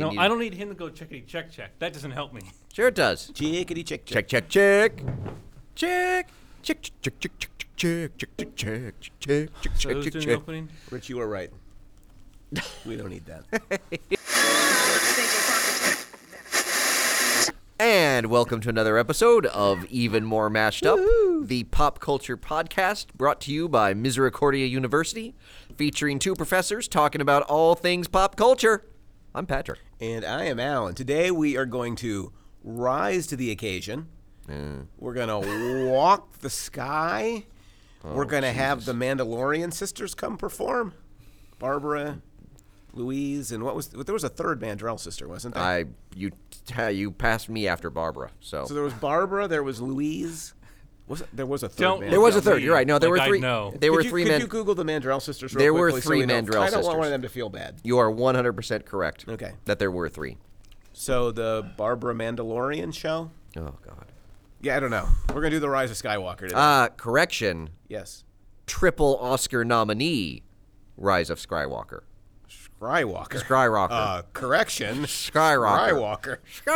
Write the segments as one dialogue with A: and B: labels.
A: No,
B: need-
A: I don't need him to go checkity check check. That doesn't help me.
B: Sure, it does.
C: Chickity chick
B: Check, check, check, check, check, check, check, check, check, check, check, check, check, check,
A: Are
B: check, check,
A: those
B: check,
A: doing
B: check.
A: opening?
C: Rich, you are right. We don't need that.
B: And welcome to another episode of Even More Mashed Up, the pop culture podcast brought to you by Misericordia University, featuring two professors talking about all things pop culture. I'm Patrick.
C: and I am Alan. Today we are going to rise to the occasion.
B: Mm.
C: We're gonna walk the sky.
B: Oh,
C: We're gonna have the Mandalorian sisters come perform. Barbara, Louise, and what was there was a third Mandrell sister, wasn't there?
B: I you you passed me after Barbara, so,
C: So there was Barbara. There was Louise. Was it, there was a third?
A: Don't-
C: Mandrell.
B: there was a
A: Yeah,
B: third.
A: me.
B: You're right. No, there
A: Like I
B: were three.
A: know.
B: There were
C: could you,
B: three
C: Could
B: men.
C: you Google the Mandrell sisters? Real
B: There were
C: quickly so
B: three
C: we know?
B: Mandrell
C: I don't want
B: sisters.
C: one of them to feel bad.
B: You are 100% correct.
C: Okay.
B: That there were three.
C: So the Barbara Mandalorian show.
B: Oh, God.
C: Yeah, I don't know. We're gonna do the Rise of Skywalker today.
B: Uh, correction.
C: yes,
B: Triple Oscar nominee, Rise of Skywalker.
C: Skywalker.
B: Skywalker.
C: Uh, correction.
B: Skywalker.
C: Skywalker.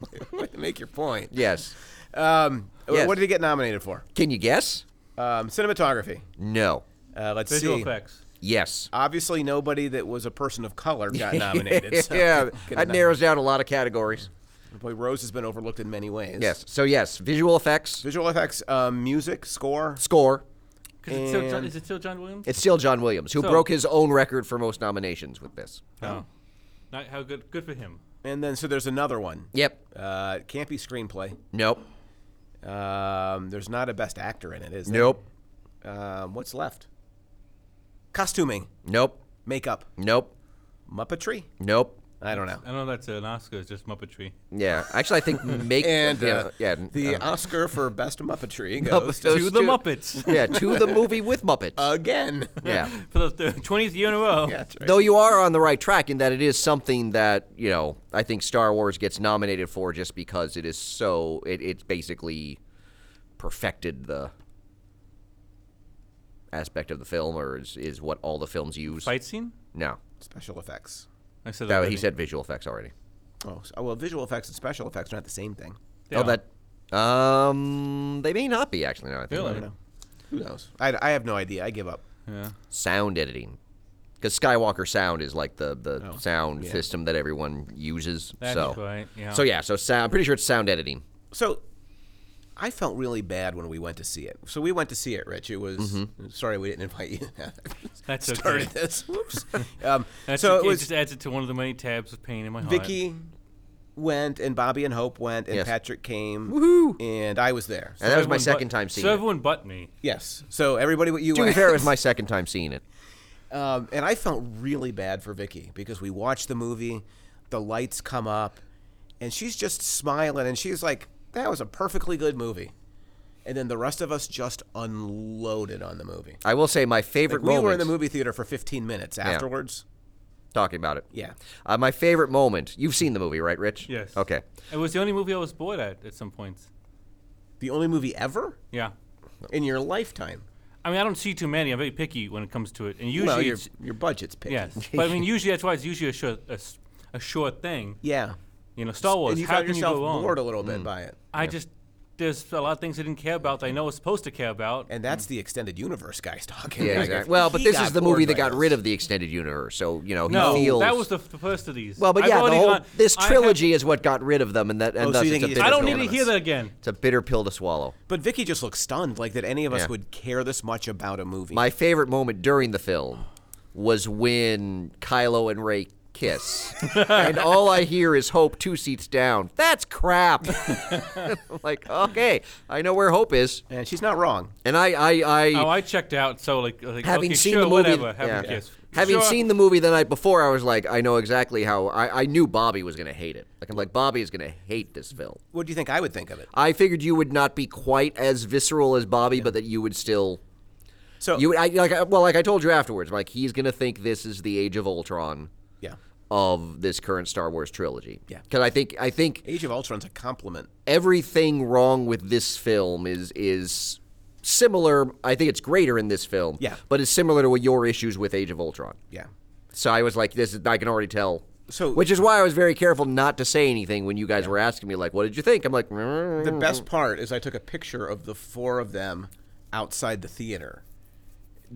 B: Skywalker.
C: Way to Make your point.
B: yes.
C: Um, wh-
B: Yes.
C: What did he get nominated for?
B: Can you guess?
C: Um, cinematography.
B: No.
C: Uh, let's
A: Visual
C: see.
A: effects.
B: Yes.
C: Obviously, nobody that was a person of color got nominated. so-
B: yeah,
C: Could've
B: that
C: not-
B: narrows down a lot of categories.
C: Boy, Rose has been overlooked in many ways.
B: Yes. So, yes, visual effects,
C: Visual effects, um, music, score.
B: score.
A: 'Cause it's still John,
C: And-
A: is it still John Williams?
B: It's still John Williams, who
A: So-
B: broke his own record for most nominations with this.
A: No. Oh. Not how good. Good for him.
C: And then, so there's another one.
B: Yep.
C: Uh, it can't be screenplay.
B: Nope.
C: Um, there's not a best actor in it, is there?
B: Nope.
C: Um, what's left? Costuming,
B: Nope.
C: makeup,
B: Nope.
C: Muppetry?
B: Nope.
C: I don't know.
A: I know that's an Oscar. It's just Muppetry.
B: Yeah, actually, I think make
C: And
B: yeah,
C: uh,
B: yeah,
C: the
B: uh,
C: Oscar for best Muppetry goes
B: Those
A: to the
B: two-
A: Muppets
B: yeah to the movie with Muppets.
C: Uh, again.
B: yeah,
A: for the twentieth year in a row.
C: That's right.
B: though you are on the right track in that it is something that you know I think Star Wars gets nominated for just because it is so it it's basically perfected the aspect of the film or is, is what all the films use.
A: Fight scene.
B: No,
C: Special effects.
A: I said
B: that,
A: already.
B: he said visual effects already.
C: Oh, so, well, visual effects and special effects are not the same thing.
A: Yeah.
B: Oh, that um they may not be actually. No, I think about
A: Really?
B: it.
C: I don't know. Who knows? I, I have no idea. I give up.
A: Yeah.
B: sound editing because Skywalker sound is like the the
C: Oh,
B: sound
C: yeah.
B: system that everyone uses.
A: That's
B: so
A: right. Yeah.
B: so yeah, so sound. I'm pretty sure it's sound editing.
C: So I felt really bad when we went to see it. So we went to see it, Rich. It was sorry we didn't invite you.
A: That's okay.
C: started this. Whoops. Um,
A: That's
C: so
A: it,
C: it was
A: just adds it to one of the many tabs of pain in my heart.
C: Vicky went and Bobby and Hope went and
B: Yes.
C: Patrick came
B: Woohoo.
C: and I was there.
B: And that was my
A: Everyone
B: second
A: but-
B: time seeing
A: So
B: it.
A: everyone but me.
C: Yes. So everybody, what you
B: To be
C: went.
B: fair, it was my second time seeing it.
C: Um, and I felt really bad for Vicky because we watched the movie, the lights come up, and she's just smiling and she's like, "That was a perfectly good movie." And then the rest of us just unloaded on the movie.
B: I will say my favorite
C: Like, we
B: moment.
C: were in the movie theater for 15 minutes afterwards.
B: Talking about it.
C: Yeah.
B: Uh, my favorite moment. You've seen the movie, right, Rich?
A: Yes.
B: Okay.
A: It was the only movie I was bored at at some points.
C: The only movie ever
A: Yeah.
C: in your lifetime.
A: I mean, I don't see too many. I'm very picky when it comes to it, and usually
C: well, your,
A: it's
C: your budget's picked.
A: yes. but I mean, usually that's why it's usually a short, a, s- a short thing.
C: Yeah.
A: You know, Star Wars.
C: and you
A: how
C: found
A: can you
C: yourself
A: go wrong? Hmm.
C: bored a little bit by it.
A: I just there's a lot of things I didn't care about that I know I was supposed to care about.
C: And that's the extended universe guy's talking.
B: Yeah.
C: Like,
B: Exactly.
C: if
B: Well, but
C: he
B: this is the
C: bored
B: movie that
C: by
B: got
C: this-
B: rid of the extended universe. So you know he
A: no,
B: feels.
A: that was the, f- the first of these.
B: well, but
A: I've
B: yeah, the
A: already
B: whole,
A: gone-
B: this
A: I have-
B: trilogy is what got rid of them, and that and
C: Oh, so
B: thus it's
C: you think
B: a
C: he
B: bitter
C: just-
A: I don't
B: pill
A: need
B: to-
A: to hear that again.
B: It's a bitter pill to swallow.
C: But Vicky just looked stunned, like that any of us
B: Yeah.
C: would care this much about a movie.
B: My favorite moment during the film was when Kylo and Ray kiss. and all I hear is Hope two seats down. That's crap. I'm like, okay, I know where Hope is.
C: and she's not wrong.
B: And I, I, I
A: Oh, I checked out. So like, like
B: having
A: okay,
B: seen
A: sure,
B: the movie,
A: whatever, have
B: yeah.
A: a kiss.
B: having
A: Sure.
B: seen the movie the night before, I was like, I know exactly how I, I knew Bobby was gonna hate it. Like I'm like, Bobby is gonna hate this film.
C: What do you think I would think of it?
B: I figured you would not be quite as visceral as Bobby, but that you would still
C: So
B: You, I, like, I- well, like I told you afterwards, like he's gonna think this is the Age of Ultron
C: yeah,
B: of this current Star Wars trilogy.
C: Yeah.
B: because I think I think
C: Age of Ultron's a compliment.
B: everything wrong with this film is is similar. I think it's greater in this film.
C: Yeah.
B: but it's similar to your issues with Age of Ultron.
C: Yeah,
B: So I was like, this is I can already tell
C: So
B: Which is why I was very careful not to say anything when you guys were asking me, like, what did you think? I'm like, "Mm."
C: the best part is I took a picture of the four of them outside the theater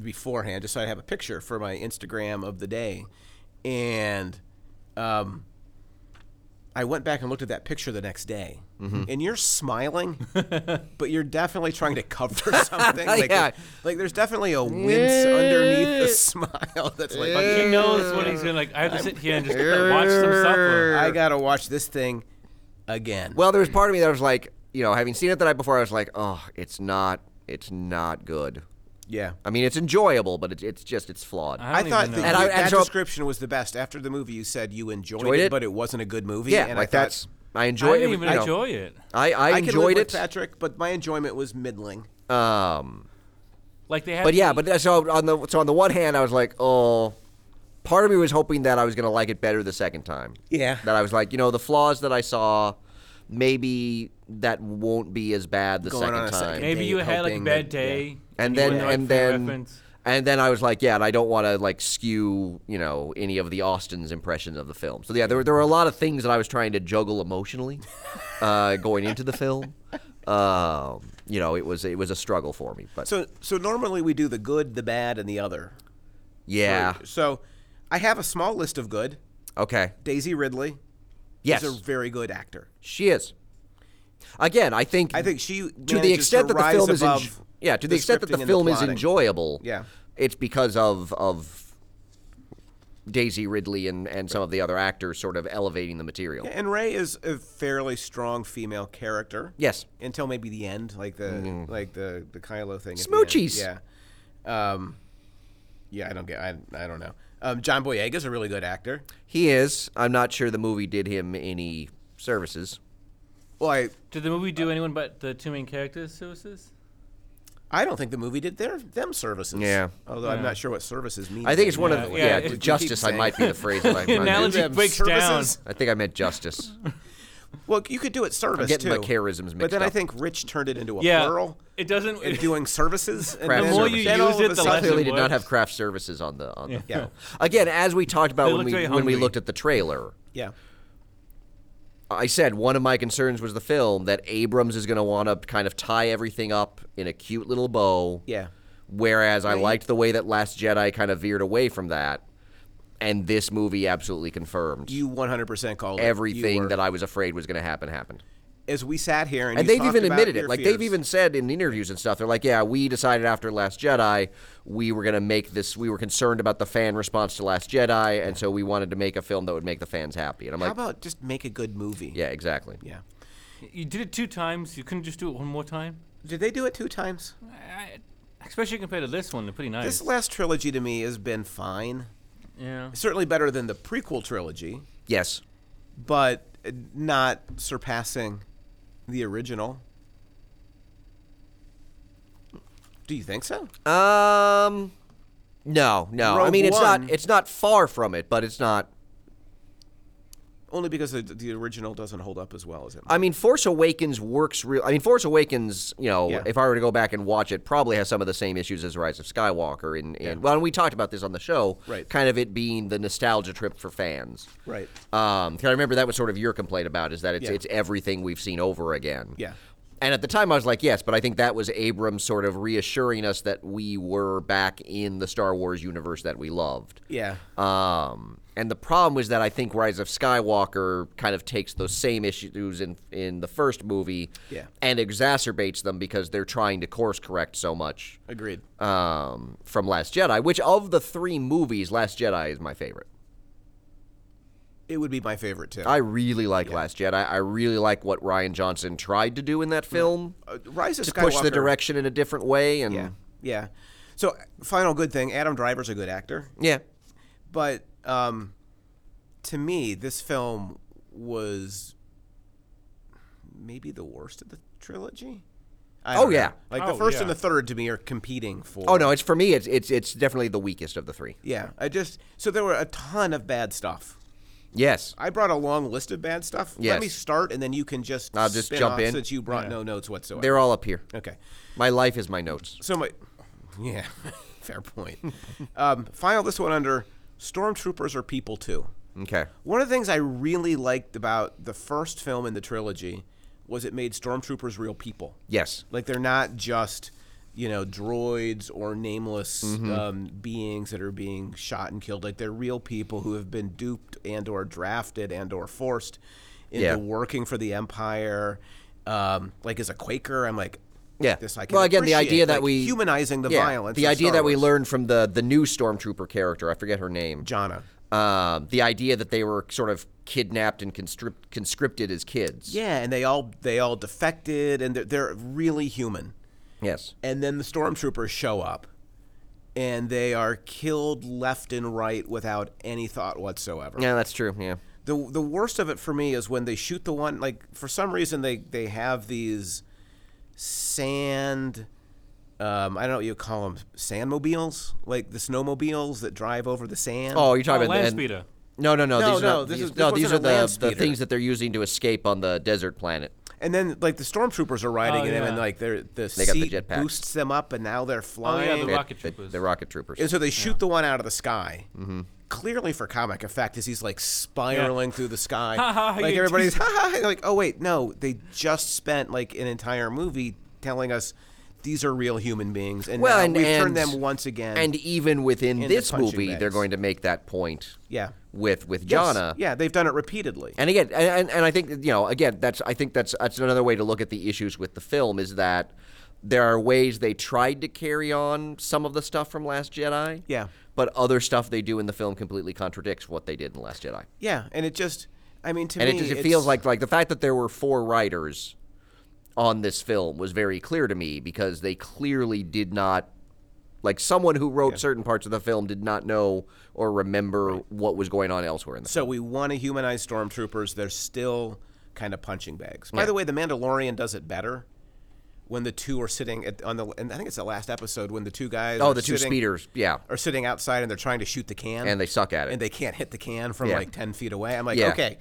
C: beforehand, just so I have a picture for my Instagram of the day. And um, I went back and looked at that picture the next day, and you're smiling, but you're definitely trying to cover something. Like,
B: Yeah.
C: like there's definitely a wince underneath the smile that's like,
A: Like, he knows what he's gonna like. I have to sit here and just watch them suffer.
C: I gotta watch this thing again.
B: Well, there was part of me that was like, you know, having seen it the night before, I was like, oh, it's not, it's not good.
C: yeah.
B: I mean, it's enjoyable, but it's, it's just, it's flawed.
A: I
C: I
A: don't
C: thought
A: even
C: that,
A: know.
B: And I-
C: you-
B: and
C: that
B: so-
C: description was the best. After the movie, you said you enjoyed,
B: Enjoyed
C: it,
B: it?
C: but it wasn't a good movie.
B: yeah,
C: and
B: like
C: I thought,
B: that's,
A: I
B: I enjoyed
A: didn't
B: it.
A: even
B: you know.
A: enjoy it.
B: I, I
C: I can live
B: enjoyed
C: with
B: it.
C: Patrick, but my enjoyment was middling.
B: Um,
A: Like they have.
B: but yeah,
A: to-
B: but that's- so on the so on the one hand, I was like, oh, part of me was hoping that I was gonna like it better the second time.
C: Yeah.
B: that I was like, you know, the flaws that I saw, maybe that won't be as bad the
C: Going
B: second
C: on a second
B: time.
A: maybe
C: date
A: you had like a
C: hoping
A: bad
C: that- yeah.
A: day,
B: and
A: you
B: then
A: wouldn't know it
B: and
A: for your
B: then
A: reference.
B: and then I was like, yeah, and I don't want to like skew, you know, any of the Austin's impressions of the film. So yeah, there were there were a lot of things that I was trying to juggle emotionally uh, going into the film. Um, you know, it was it was a struggle for me, but
C: So, so normally we do the good, the bad, and the other.
B: yeah,
C: So, I have a small list of good.
B: okay,
C: Daisy Ridley
B: yes,
C: is a very good actor.
B: she is. Again, I think
C: I think she
B: to the extent that the film is en- yeah to the, extent that the film is
C: enjoyed.
B: enjoyable
C: Yeah.
B: it's because of of Daisy Ridley and and some of the other actors sort of elevating the material
C: And Ray is a fairly strong female character.
B: Yes.
C: Until maybe the end, like the like the the Kylo thing. at the end.
B: Mm-hmm. Smoochies.
C: Yeah. Um, yeah, I don't get. I, I don't know. Um, John Boyega's a really good actor.
B: he is I'm not sure the movie did him any services
C: Well, I
A: Did the movie do anyone but the two main characters services?
C: I don't think the movie did their them services.
B: Yeah.
C: Although I'm not sure what services mean.
B: I think it's one of
A: Yeah,
B: the,
A: yeah,
B: yeah,
A: if we keep
B: justice I
C: saying-
B: might be the phrase that I,
A: Analogy
B: I,
C: Them
A: breaks
C: services?
A: down.
B: I think I meant justice
C: Well, you could do it service
B: getting
C: too.
B: my charisms
C: But
B: mixed
C: then I
B: up.
C: think Rich turned it into a
A: Yeah,
C: plural.
A: it doesn't.
C: And doing services. And
B: Craft
C: then-
B: more you
C: then all
A: use
C: of
A: it,
C: a
A: the
C: sudden-
A: less it
B: clearly did not
A: works.
B: have craft services on the on the
C: Yeah.
B: again as we talked about
A: They
B: when
A: looked
B: we
A: very
B: when we
A: hungry.
B: looked at the trailer
C: Yeah.
B: I said one of my concerns was the film that Abrams is going to want to kind of tie everything up in a cute little bow.
C: Yeah.
B: Whereas I liked the way that Last Jedi kind of veered away from that, and this movie absolutely confirmed
C: You 100% called it. You
B: everything
C: were-
B: that I was afraid was going to happen happened.
C: as we sat here and,
B: And
C: you
B: they've
C: talked
B: even
C: about
B: admitted it.
C: your
B: Like they've
C: fears.
B: even said in interviews and stuff, they're like, "Yeah, we decided after Last Jedi, we were going to make this. We were concerned about the fan response to Last Jedi, and so we wanted to make a film that would make the fans happy." And I'm
C: How
B: like,
C: about just make a good movie?
B: "Yeah, exactly."
C: Yeah.
A: You did it two times. You couldn't just do it one more time.
C: Did they do it two times?
A: I, especially compared to this one, they're pretty nice.
C: This last trilogy to me has been fine.
A: yeah.
C: Certainly better than the prequel trilogy,
B: Yes.
C: but not surpassing the original. Do you think so?
B: Um, no, no. I
C: Rogue
B: mean, it's
C: One.
B: not it's not far from it, but it's not.
C: Only because the, the original doesn't hold up as well as it.
B: I mean, Force Awakens works real. I mean, Force Awakens. You know,
C: Yeah.
B: if I were to go back and watch it, probably has some of the same issues as Rise of Skywalker. In, in well, and we talked about this on the show.
C: Right.
B: Kind of it being the nostalgia trip for fans.
C: right.
B: Um, 'cause I remember that was sort of your complaint about is that it's
C: Yeah.
B: it's everything we've seen over again.
C: Yeah.
B: And at the time, I was like, yes, but I think that was Abrams sort of reassuring us that we were back in the Star Wars universe that we loved.
C: Yeah.
B: Um, and the problem was that I think Rise of Skywalker kind of takes those same issues in in the first movie,
C: Yeah.
B: and exacerbates them because they're trying to course correct so much
C: Agreed.
B: um, from Last Jedi. Which of the three movies, Last Jedi is my favorite.
C: It would be my favorite too.
B: I really like Last Jedi. I really like what Ryan Johnson tried to do in that film
C: Uh, Rise of
B: to
C: Skywalker.
B: push the direction in a different way, and
C: Yeah. Yeah. So final good thing, Adam Driver's a good actor.
B: yeah.
C: But um, to me, this film was maybe the worst of the trilogy. I
B: Oh,
C: don't know.
B: yeah.
C: like the
A: Oh,
C: first and
A: yeah.
C: the third to me are competing for.
B: Oh no, it's for me. It's it's it's definitely the weakest of the three.
C: yeah. I just so there were a ton of bad stuff.
B: Yes.
C: I brought a long list of bad stuff. Let
B: Yes.
C: me start, and then you can just
B: I'll just
C: spin
B: jump
C: off
B: in.
C: since you brought no notes whatsoever.
B: They're all up here.
C: okay.
B: My life is my notes.
C: So my, yeah, fair point. um, file this one under stormtroopers are people too.
B: Okay.
C: One of the things I really liked about the first film in the trilogy was it made stormtroopers real people.
B: Yes.
C: Like they're not just, you know, droids or nameless
B: Mm-hmm.
C: um, beings that are being shot and killed. Like they're real people who have been duped and or drafted and or forced into
B: Yeah.
C: working for the empire. Um, like as a Quaker, I'm like,
B: Yeah.
C: this I can
B: well, again, the
C: appreciate,
B: idea that
C: like,
B: we
C: humanizing the
B: yeah,
C: violence.
B: The
C: of
B: idea
C: Star
B: that we
C: Wars.
B: learned from the the new stormtrooper character. I forget her name.
C: Jonna.
B: Um, the idea that they were sort of kidnapped and conscript, conscripted as kids.
C: Yeah, and they all they all defected, and they're, they're really human.
B: Yes.
C: and then the stormtroopers show up and they are killed left and right without any thought whatsoever.
B: Yeah, that's true. Yeah.
C: The the worst of it for me is when they shoot the one like for some reason they they have these sand um, I don't know what you call them sandmobiles like the snowmobiles that drive over the sand.
B: Oh, you're talking
A: Oh,
B: about
A: Land
B: the,
A: Speeder.
B: No, no, no.
C: No,
B: these are
C: no,
B: not-
C: this
B: these,
C: is-
B: no,
C: this
B: these are
C: wasn't a
B: the,
C: land
B: the
C: speeder.
B: things that they're using to escape on the desert planet.
C: and then like the stormtroopers are riding
A: Oh,
C: in them and
A: yeah.
C: like they're, the
B: They got the
C: seat
B: jetpacks.
C: boosts them up and now they're
A: Oh
C: flying.
A: yeah, the
B: They-
A: rocket
B: they-
A: troopers.
B: The rocket troopers.
C: And so they shoot the one out of the sky.
A: Mm-hmm.
C: Clearly for comic effect, as he's like spiraling through the sky.
A: Ha, ha,
C: like
A: you
C: everybody's ha, ha, ha. like, oh wait, no, they just spent like an entire movie telling us these are real human beings, and
B: Well,
C: now
B: and-
C: we've turned
B: and-
C: them once again.
B: and even within
C: the
B: this
C: punching
B: movie, they're
C: bags.
B: going to make that point.
C: yeah,
B: With with
C: Yes,
B: Jana.
C: yeah, they've done it repeatedly.
B: And again, and, and- and I think you know, again, that's I think that's that's another way to look at the issues with the film is that there are ways they tried to carry on some of the stuff from Last Jedi.
C: Yeah.
B: But other stuff they do in the film completely contradicts what they did in Last Jedi.
C: yeah, and it just, I mean, to
B: And
C: me,
B: it just it
C: it's-
B: feels like like the fact that there were four writers on this film was very clear to me because they clearly did not like someone who wrote certain parts of the film did not know or remember what was going on elsewhere in the
C: So we want to humanize stormtroopers. They're still kind of punching bags. By the way, the Mandalorian does it better when the two are sitting at, on the. And I think it's the last episode when the two guys.
B: Oh,
C: are
B: the two
C: sitting-
B: speeders, yeah.
C: Are sitting outside and they're trying to shoot the can.
B: And they suck at it.
C: And they can't hit the can from
B: Yeah.
C: like ten feet away. I'm like,
B: Yeah.
C: okay,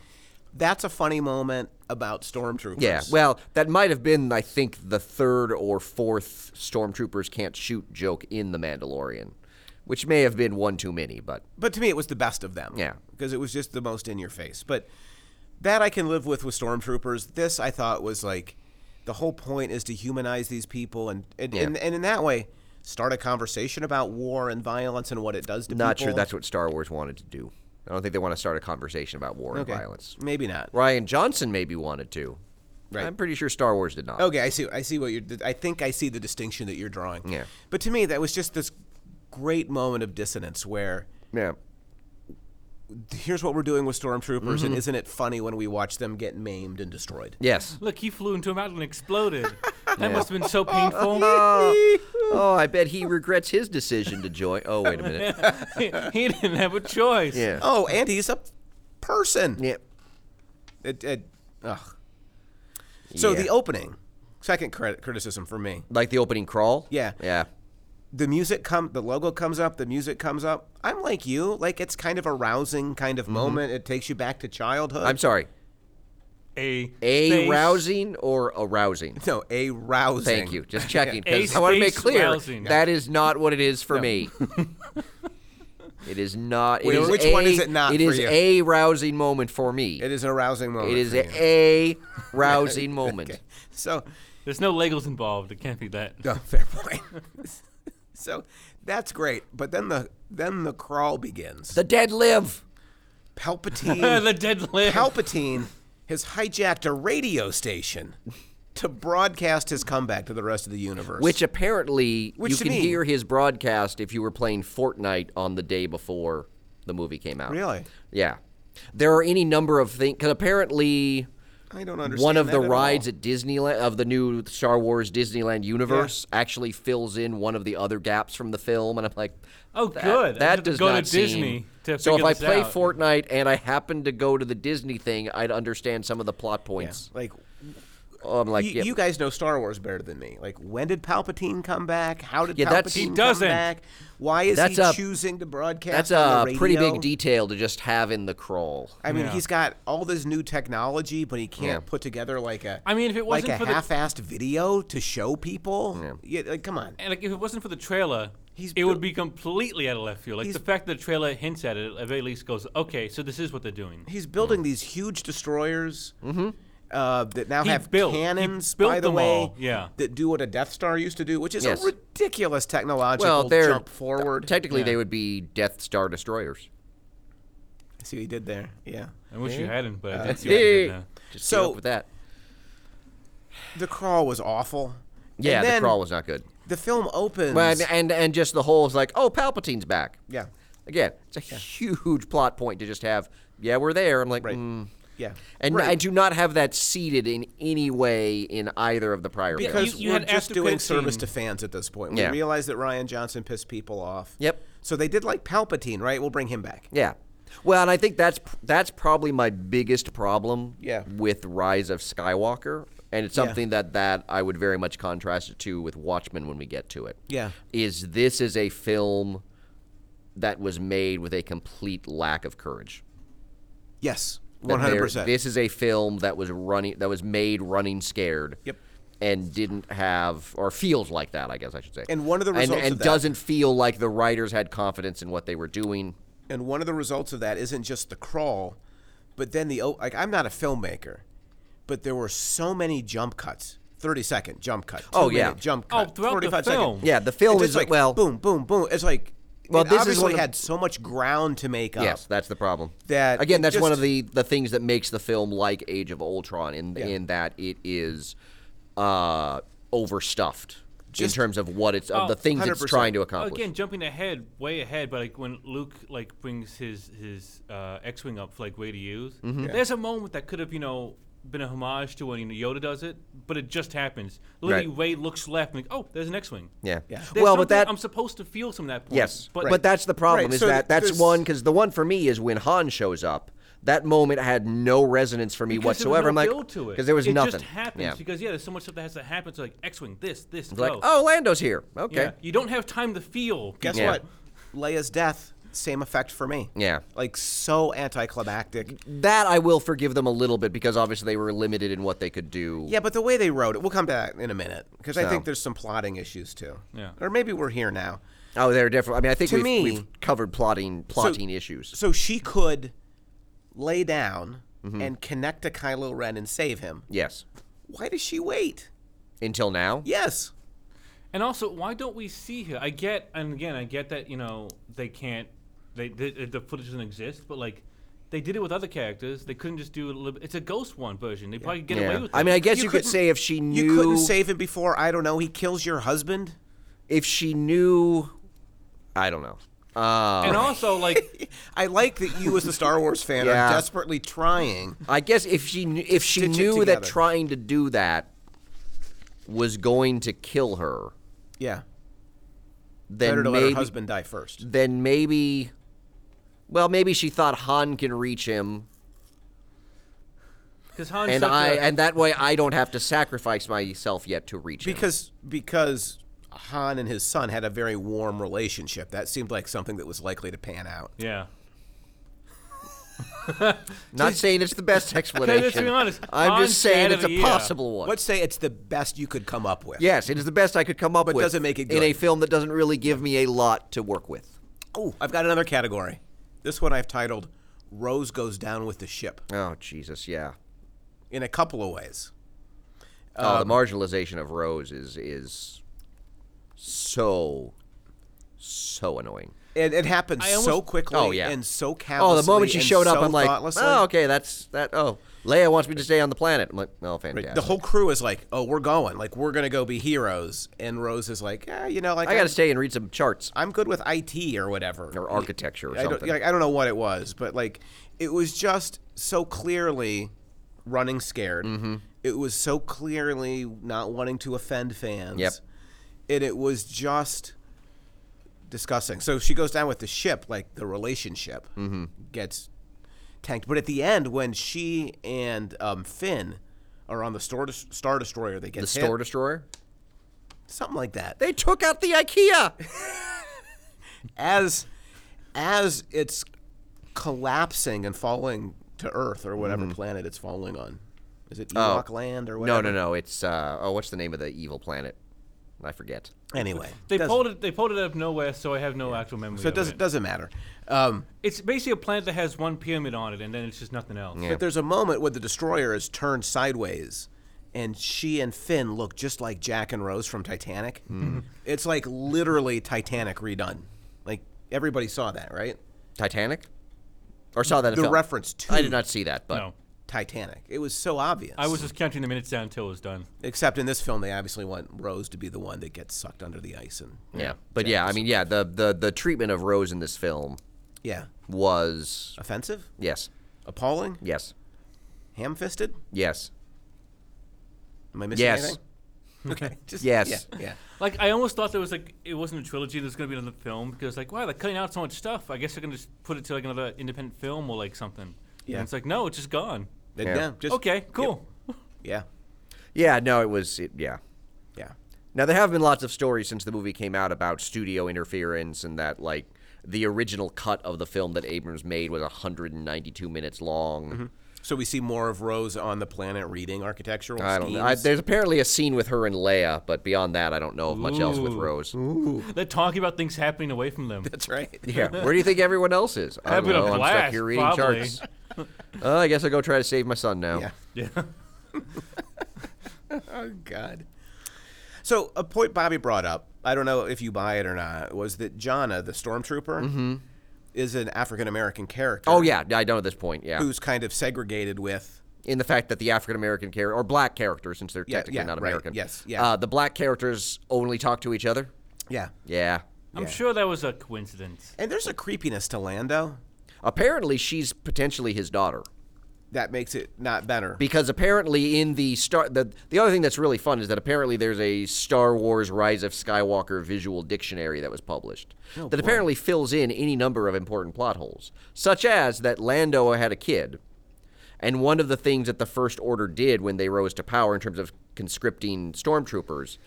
C: that's a funny moment about stormtroopers.
B: Yeah, well, that might have been, I think, the third or fourth stormtroopers can't shoot joke in The Mandalorian, which may have been one too many, but
C: But to me, it was the best of them.
B: Yeah.
C: Because it was just the most in your face. But that I can live with with stormtroopers. This I thought was like the whole point is to humanize these people and and, and, and in that way start a conversation about war and violence and what it does to
B: not
C: people.
B: sure that's what Star Wars wanted to do. I don't think they want to start a conversation about war
C: okay.
B: and violence.
C: Maybe not.
B: Ryan Johnson maybe wanted to.
C: Right.
B: I'm pretty sure Star Wars did not.
C: Okay, I see. I see what you're. I think I see the distinction that you're drawing.
B: Yeah.
C: But to me, that was just this great moment of dissonance where
B: Yeah.
C: here's what we're doing with stormtroopers,
B: Mm-hmm.
C: and isn't it funny when we watch them get maimed and destroyed?
B: Yes.
A: Look, he flew into a mountain and exploded. That must have been so painful.
B: Oh, I bet he regrets his decision to join. Oh, wait a minute.
A: he, he didn't have a choice.
B: Yeah.
C: Oh, and he's a person.
B: Yeah.
C: It, it, ugh. So
B: Yeah.
C: the opening, second crit- criticism for me.
B: Like the opening crawl?
C: Yeah.
B: Yeah.
C: The music come, the logo comes up, the music comes up. I'm like you, like it's kind of a rousing kind of moment. It takes you back to childhood.
B: Mm-hmm. I'm sorry.
A: A
B: A
A: space-
B: rousing or arousing?
C: no, a rousing.
B: Thank you. Just checking
A: A
B: because I want to make
A: space
B: clear
A: rousing.
B: that is not what it is for me. it is not. it
C: Wait,
B: is
C: which
B: a,
C: one is it not
B: It
C: for
B: is
C: you?
B: a rousing moment for me.
C: It is a rousing moment.
B: It is
C: for
B: a,
C: you.
B: rousing moment.
C: Okay. So,
A: There's no Legos involved. It can't be that.
C: no, fair point. so that's great, but then the then the crawl begins.
B: The dead live.
C: Palpatine
A: the dead lift.
C: Palpatine has hijacked a radio station to broadcast his comeback to the rest of the universe.
B: Which apparently
C: Which
B: you
C: to
B: can
C: me-
B: hear his broadcast if you were playing Fortnite on the day before the movie came out.
C: really,
B: Yeah. There are any number of things because apparently
C: I don't understand.
B: one of
C: that
B: the
C: at
B: rides
C: all.
B: at Disneyland of the new Star Wars Disneyland universe actually fills in one of the other gaps from the film, and I'm like,
A: Oh,
B: that,
A: good. I
B: That
A: have to
B: does
A: go to
B: not seem.
A: Disney to
B: so if
A: figure
B: I
A: this
B: play
A: out.
B: Fortnite and I happen to go to the Disney thing, I'd understand some of the plot points.
C: like,
B: Oh, I'm like,
C: you,
B: yeah,
C: you guys know Star Wars better than me. Like, when did Palpatine come back? How did
B: Yeah, that's-
C: Palpatine
B: He
A: doesn't.
C: come back? Why is
B: That's
C: he
B: a-
C: choosing to broadcast?
B: that's
C: on
B: a
C: the
B: pretty
C: radio?
B: big detail to just have in the crawl.
C: I mean,
A: Yeah.
C: he's got all this new technology, but he can't
B: Yeah.
C: put together like a.
A: I mean, if it wasn't
C: like a
A: for the-
C: half-assed video to show people, yeah. like come on.
A: And like, if it wasn't for the trailer,
C: He's
A: It
C: built-
A: would be completely out of left field. Like
C: He's-
A: the fact that the trailer hints at it, at very least goes, okay, so this is what they're doing.
C: He's building these huge destroyers
B: Mm-hmm.
C: uh, that now
A: He
C: have
A: built- he
C: cannons,
A: built
C: by the
A: them
C: way,
A: all, yeah.
C: that do what a Death Star used to do, which is
B: Yes.
C: a ridiculous technological
B: Well, they're
C: jump forward.
B: Technically,
A: Yeah.
B: they would be Death Star destroyers.
C: I see what he did there. Yeah.
A: I wish
B: Eh?
A: you hadn't, but
B: Uh,
A: I did see what you uh,
B: Hey,
A: did now.
B: just
C: So-
B: so, up with that.
C: The crawl was awful.
B: Yeah,
C: and then
B: the crawl was not good.
C: The film opens.
B: Well, and, and and just the whole is like, oh, Palpatine's back.
C: yeah.
B: Again, it's a huge plot point to just have. Yeah, we're there. I'm like,
C: Right.
B: mm.
C: Yeah.
B: and
C: right.
B: I do not have that seated in any way in either of the prior.
A: Because-
B: films.
C: because
A: You- you
C: we're
A: had
C: just
A: after
C: doing
A: credit
C: service
A: scene.
C: to fans at this point.
B: Yeah.
C: We realize that Ryan Johnson pissed people off.
B: Yep.
C: So they did like Palpatine, right? We'll bring him back.
B: Yeah. Well, and I think that's that's probably my biggest problem
C: Yeah.
B: with Rise of Skywalker, and it's
C: Yeah.
B: something that that I would very much contrast it to with Watchmen when we get to it.
C: Yeah.
B: Is this is a film that was made with a complete lack of courage.
C: Yes.
B: That
C: One hundred
B: there-
C: percent.
B: This is a film that was running that was made running scared.
C: Yep.
B: And didn't have or feels like that, I guess I should say.
C: And one of the results
B: and, and
C: of that-
B: doesn't feel like the writers had confidence in what they were doing.
C: and one of the results of that isn't just the crawl, but then the o- like I'm not a filmmaker, but there were so many jump cuts, thirty second jump cut,
B: Oh,
C: two-minute
B: yeah.
C: jump
A: Oh,
C: cut,
A: throughout the
C: 45 second.
A: film.
B: Yeah, the film
C: It's
B: is
C: just like
B: well
C: boom, boom, boom. It's like
B: Well,
C: well,
B: this
C: this
B: is one
C: obviously
B: of-
C: had so much ground to make up.
B: Yes, that's the problem.
C: that
B: again,
C: it
B: that's one
C: just-
B: of the the things that makes the film like Age of Ultron in
C: Yeah.
B: in that it is uh overstuffed
C: Just-
B: in terms of what it's of
A: Oh,
B: the things it's
C: 100%.
B: trying to accomplish.
A: Again, jumping ahead, way ahead, but like when Luke like brings his his uh, X-wing up, for, like way to use.
B: Mm-hmm.
A: There's a moment that could have you know been a homage to when you know, Yoda does it, but it just happens. Literally,
B: Right.
A: Ray looks left and like, oh, there's an X-wing.
B: yeah.
C: Yeah. There's
B: Well, but
A: something
B: that
A: I'm supposed to feel some of that point.
B: yes,
A: but
B: but, that's the problem
C: Right,
B: is
C: so
B: that that's
C: there's-
B: one because the one for me is when Han shows up. That moment had no resonance for me
A: because there was
B: whatsoever.
A: no
B: I'm like,
A: build to it.
B: there was
A: it
B: nothing.
A: just happens
B: yeah.
A: because yeah, there's so much stuff that has to happen. It's like X-wing, this, this,
B: It's like,
A: go.
B: oh, Lando's here. Okay.
A: yeah. You don't have time to feel.
C: Guess
B: Yeah.
C: what? Leia's death, same effect for me.
B: Yeah.
C: Like so anticlimactic.
B: That I will forgive them a little bit because obviously they were limited in what they could do.
C: Yeah, but the way they wrote it, we'll come to that in a minute because I
B: So.
C: think there's some plotting issues too.
A: Yeah.
C: Or maybe we're here now.
B: Oh, they're different. I mean, I think
C: To
B: we've,
C: me-
B: we've covered plotting plotting issues.
C: So she could lay down
B: Mm-hmm.
C: and connect to Kylo Ren and save him.
B: Yes.
C: Why does she wait?
B: Until now.
C: Yes.
A: And also, why don't we see her? I get, and again, I get that you know they can't, they, the the footage doesn't exist. But like, they did it with other characters. They couldn't just do a little. It's a Ghost One version. They probably get away
B: Yeah.
A: with it.
B: I mean, I guess you,
C: You
B: could
C: couldn't-
B: say if she knew
C: You couldn't save him before, I don't know, he kills your husband?
B: if she knew, I don't know. Uh,
A: and also like,
C: I like that you, as a Star Wars fan,
B: Yeah.
C: are desperately trying.
B: I guess if she kn- if she
C: Stitch it
B: knew that
C: together.
B: trying to do that was going to kill her,
C: Yeah.
B: then
C: Better to let her
B: maybe
C: husband die first.
B: then maybe, well, maybe she thought Han can reach him,
A: because Han
B: and
A: such
B: I
A: a-
B: and that way I don't have to sacrifice myself yet to reach him.
C: Because because Han and his son had a very warm relationship. That seemed like something that was likely to pan out.
A: yeah.
B: Not saying it's the best explanation.
A: be honest,
B: I'm
A: Han's
B: just saying
A: dad
B: it's
A: of the
B: a
A: year.
B: possible one.
C: Let's say it's the best you could come up with.
B: Yes, it is the best I could come up
C: But
B: with.
C: doesn't make it
B: in
C: good.
B: a film that doesn't really give me a lot to work with.
C: Oh, I've got another category. This one I've titled Rose Goes Down with the Ship
B: Oh Jesus, yeah.
C: in a couple of ways.
B: Oh,
C: Um,
B: the marginalization of Rose is is so so annoying.
C: And it happened
A: I almost-
C: so quickly
B: Oh, yeah.
C: and so callously.
B: Oh, the moment she
C: and
B: showed up,
C: so
B: I'm like,
C: thoughtlessly.
B: oh, okay, that's that. Oh, Leia wants me to stay on the planet. I'm like, oh, fantastic.
C: The whole crew is like, oh, we're going. Like, we're going to go be heroes. And Rose is like, eh, you know, like,
B: I got
C: I'm-
B: to stay and read some charts
C: I'm good with IT or whatever.
B: or architecture or
C: I don't,
B: something.
C: like, I don't know what it was, but like it was just so clearly running scared.
B: Mm-hmm.
C: It was so clearly not wanting to offend fans.
B: Yep.
C: And it was just disgusting. So she goes down with the ship, like the relationship
B: Mm-hmm.
C: gets tanked. But at the end, when she and um, Finn are on the Star, Des- Star Destroyer, they get
B: the
C: hit,
B: store destroyer.
C: something like that.
B: They took out the IKEA.
C: as as it's collapsing and falling to Earth or whatever planet it's falling on. Is it Ewok land or
B: Mm-hmm. no, oh,
C: whatever?
B: no, no. It's uh, oh, what's the name of the evil planet? I forget.
C: Anyway,
A: They
C: doesn't-
A: pulled it. They pulled it out of nowhere, so I have no actual memory.
C: So it
A: of
C: doesn't doesn't matter. Um,
A: It's basically a planet that has one pyramid on it, and then it's just nothing else.
B: Yeah.
C: But there's a moment where the destroyer is turned sideways, and she and Finn look just like Jack and Rose from Titanic.
B: Mm-hmm.
C: It's like literally Titanic redone. Like everybody saw that, right?
B: Titanic? Or saw that in
C: The
B: film.
C: reference to
B: I did not see that, but
A: No,
C: Titanic. It was so obvious.
A: I was just counting the minutes down until it was done.
C: except in this film, they obviously want Rose to be the one that gets sucked under the ice, and
B: yeah. But yeah, I mean, yeah, the, the the treatment of Rose in this film
C: yeah,
B: was
C: offensive,
B: yes,
C: appalling,
B: yes,
C: ham-fisted.
B: yes,
C: Am I missing
B: Yes.
C: anything? Okay. Just,
B: Yes.
C: Yeah. yeah.
A: Like I almost thought there was like it wasn't a trilogy. There's going to be another film because like wow, they're cutting out so much stuff. I guess they're going to just put it to like another independent film or like something. Yeah.
C: Yeah.
A: And it's like no, it's just gone.
C: Then,
B: Yeah.
C: yeah. Just
A: Okay, cool.
C: yeah.
B: yeah. No, it was it, yeah.
C: Yeah.
B: Now there have been lots of stories since the movie came out about studio interference and that like the original cut of the film that Abrams made was 192 minutes long.
C: So we see more of Rose on the planet reading architectural
B: I don't
C: schemes.
B: know. I, there's apparently a scene with her and Leia, but beyond that, I don't know of much else with
A: Ooh.
B: Rose.
A: They're talking about things happening away from them.
C: That's right.
B: Yeah. Where do you think everyone else is? I
A: Having
B: don't
A: a
B: know. I'm stuck
A: blast,
B: here reading
A: probably.
B: charts. Uh, I guess I'll go try to save my son now.
C: Yeah.
A: yeah.
C: Oh God. So a point Bobby brought up, I don't know if you buy it or not, was that Jana, the stormtrooper, is an African American character.
B: Mm-hmm. Oh yeah, I know at this point. Yeah.
C: Who's kind of segregated with
B: in the fact that the African American character or black character, since they're
C: Yeah,
B: technically
C: yeah,
B: not
C: right,
B: American,
C: yes, yeah.
B: uh, the black characters only talk to each other.
C: Yeah.
B: Yeah.
A: I'm
C: Yeah.
A: sure that was a coincidence.
C: And there's a creepiness to Lando
B: Apparently, she's potentially his daughter
C: that makes it not better.
B: because apparently in the star the the other thing that's really fun is that apparently there's a Star Wars Rise of Skywalker visual dictionary that was published that apparently fills in any number of important plot holes, such as that Lando had a kid. And one of the things that the First Order did when they rose to power in terms of conscripting stormtroopers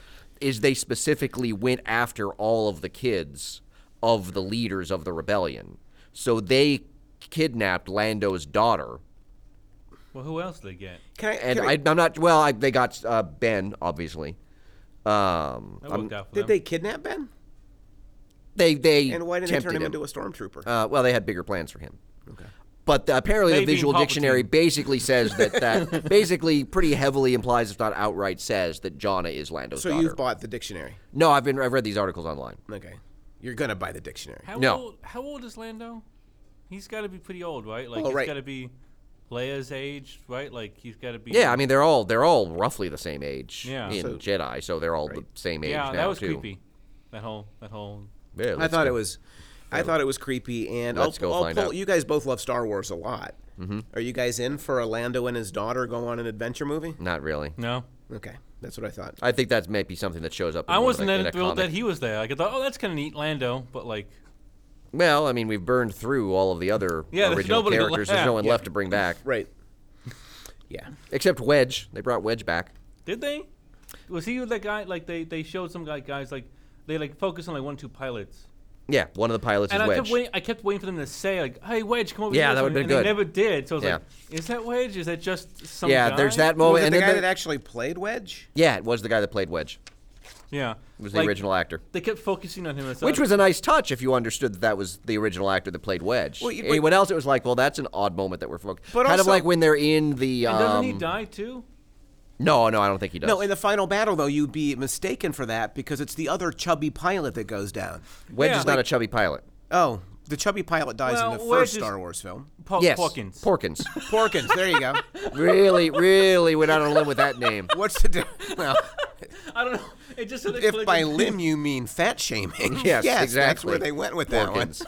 B: is they specifically went after all of the kids of the leaders of the rebellion. So they kidnapped Lando's daughter
A: Well, who else did they get?
C: Can I,
B: and
C: can I-
B: I, I'm not well. I, they got uh, Ben, obviously. Um,
A: That
B: I'm-
A: worked out for
C: did
A: them.
C: they kidnap Ben?
B: they they
C: And why didn't they
B: tempted
C: turn him, into a stormtrooper?
B: Uh, well, they had bigger plans for him. Okay. But the, apparently,
A: They
B: the
A: being
B: visual dictionary
A: Palpatine.
B: basically says that that basically pretty heavily implies, if not outright says, that Jaina is Lando's
C: so
B: daughter.
C: you've bought the dictionary.
B: no, I've been I've read these articles online.
C: Okay. You're gonna buy the dictionary.
A: How
B: No.
A: old? How old is Lando? He's got to be pretty old, right? Like
C: Oh,
A: he's
C: right.
A: got to be Leia's age, right? Like he's got to be.
B: Yeah, I mean they're all they're all roughly the same age
A: Yeah.
B: in
C: So-
B: Jedi, so they're all the same age
A: yeah,
B: now
A: that was
B: too.
A: creepy. That whole, that whole.
B: Yeah,
C: I
B: let's
C: thought
B: go.
C: it was, I thought it was creepy. And
B: Let's
C: I'll,
B: go
C: I'll
B: find
C: pull,
B: out. Mm-hmm.
C: You guys both love Star Wars a lot. Are you guys in for a Lando and his daughter go on an adventure movie?
B: not really.
A: No,
C: Okay, that's what I thought.
B: I think that might be something that shows up. In
A: I
B: one of
A: wasn't
B: the- in
A: that
B: a
A: thrilled
B: comic.
A: that he was there. Like I thought, oh, that's kind of neat, Lando. But like,
B: Well, I mean, we've burned through all of the other
A: Yeah, there's
B: original
A: nobody
B: characters. There's
A: left.
B: no one left to bring back,
C: Right. Yeah.
B: except Wedge. They brought Wedge back.
A: did they? Was he the guy? Like they, they showed some guy guys like they like focus on like one two pilots.
B: Yeah, one of the pilots
A: And
B: is
A: I
B: Wedge.
A: kept waiting. I kept waiting for them to say like, "Hey, Wedge, come over
B: Yeah,
A: here."
B: that would've been
A: and
B: good.
A: They never did. So I was
B: Yeah.
A: like, "Is that Wedge? Is that just some?"
B: yeah,
A: guy?
B: there's that
C: Was
B: moment.
C: it
B: and
C: the
B: then
C: guy
B: the-
C: that actually played Wedge?
B: yeah, it was the guy that played Wedge.
A: Yeah,
B: It was the
A: Like,
B: original actor,
A: They kept focusing on him, and so
B: which was a nice touch if you understood that that was the original actor that played Wedge.
C: Well, you-
B: Anyone else, it was like, well, that's an odd moment that we're focused.
C: But
B: kind of
C: also-
B: like when they're in the.
A: And doesn't he
B: um,
A: die too?
B: No, no, I don't think he does.
C: No, in the final battle though, you'd be mistaken for that because it's the other chubby pilot that goes down.
B: Wedge
A: yeah,
B: is not
A: like-
B: a chubby pilot.
C: Oh, the chubby pilot dies
A: Well,
C: in the
A: Wedge
C: first
A: is-
C: Star Wars film.
A: Paul
B: yes,
A: Oh, Porkins.
B: Porkins.
C: Porkins, there you go.
B: really, really went out on a limb with that name.
C: What's the difference? Well,
A: I don't know. It just sort of
C: if
A: clicked
C: by
A: in-
C: limb you mean fat shaming,
B: Yes,
C: that's
B: exactly.
C: where they went with that one.
B: Porkins.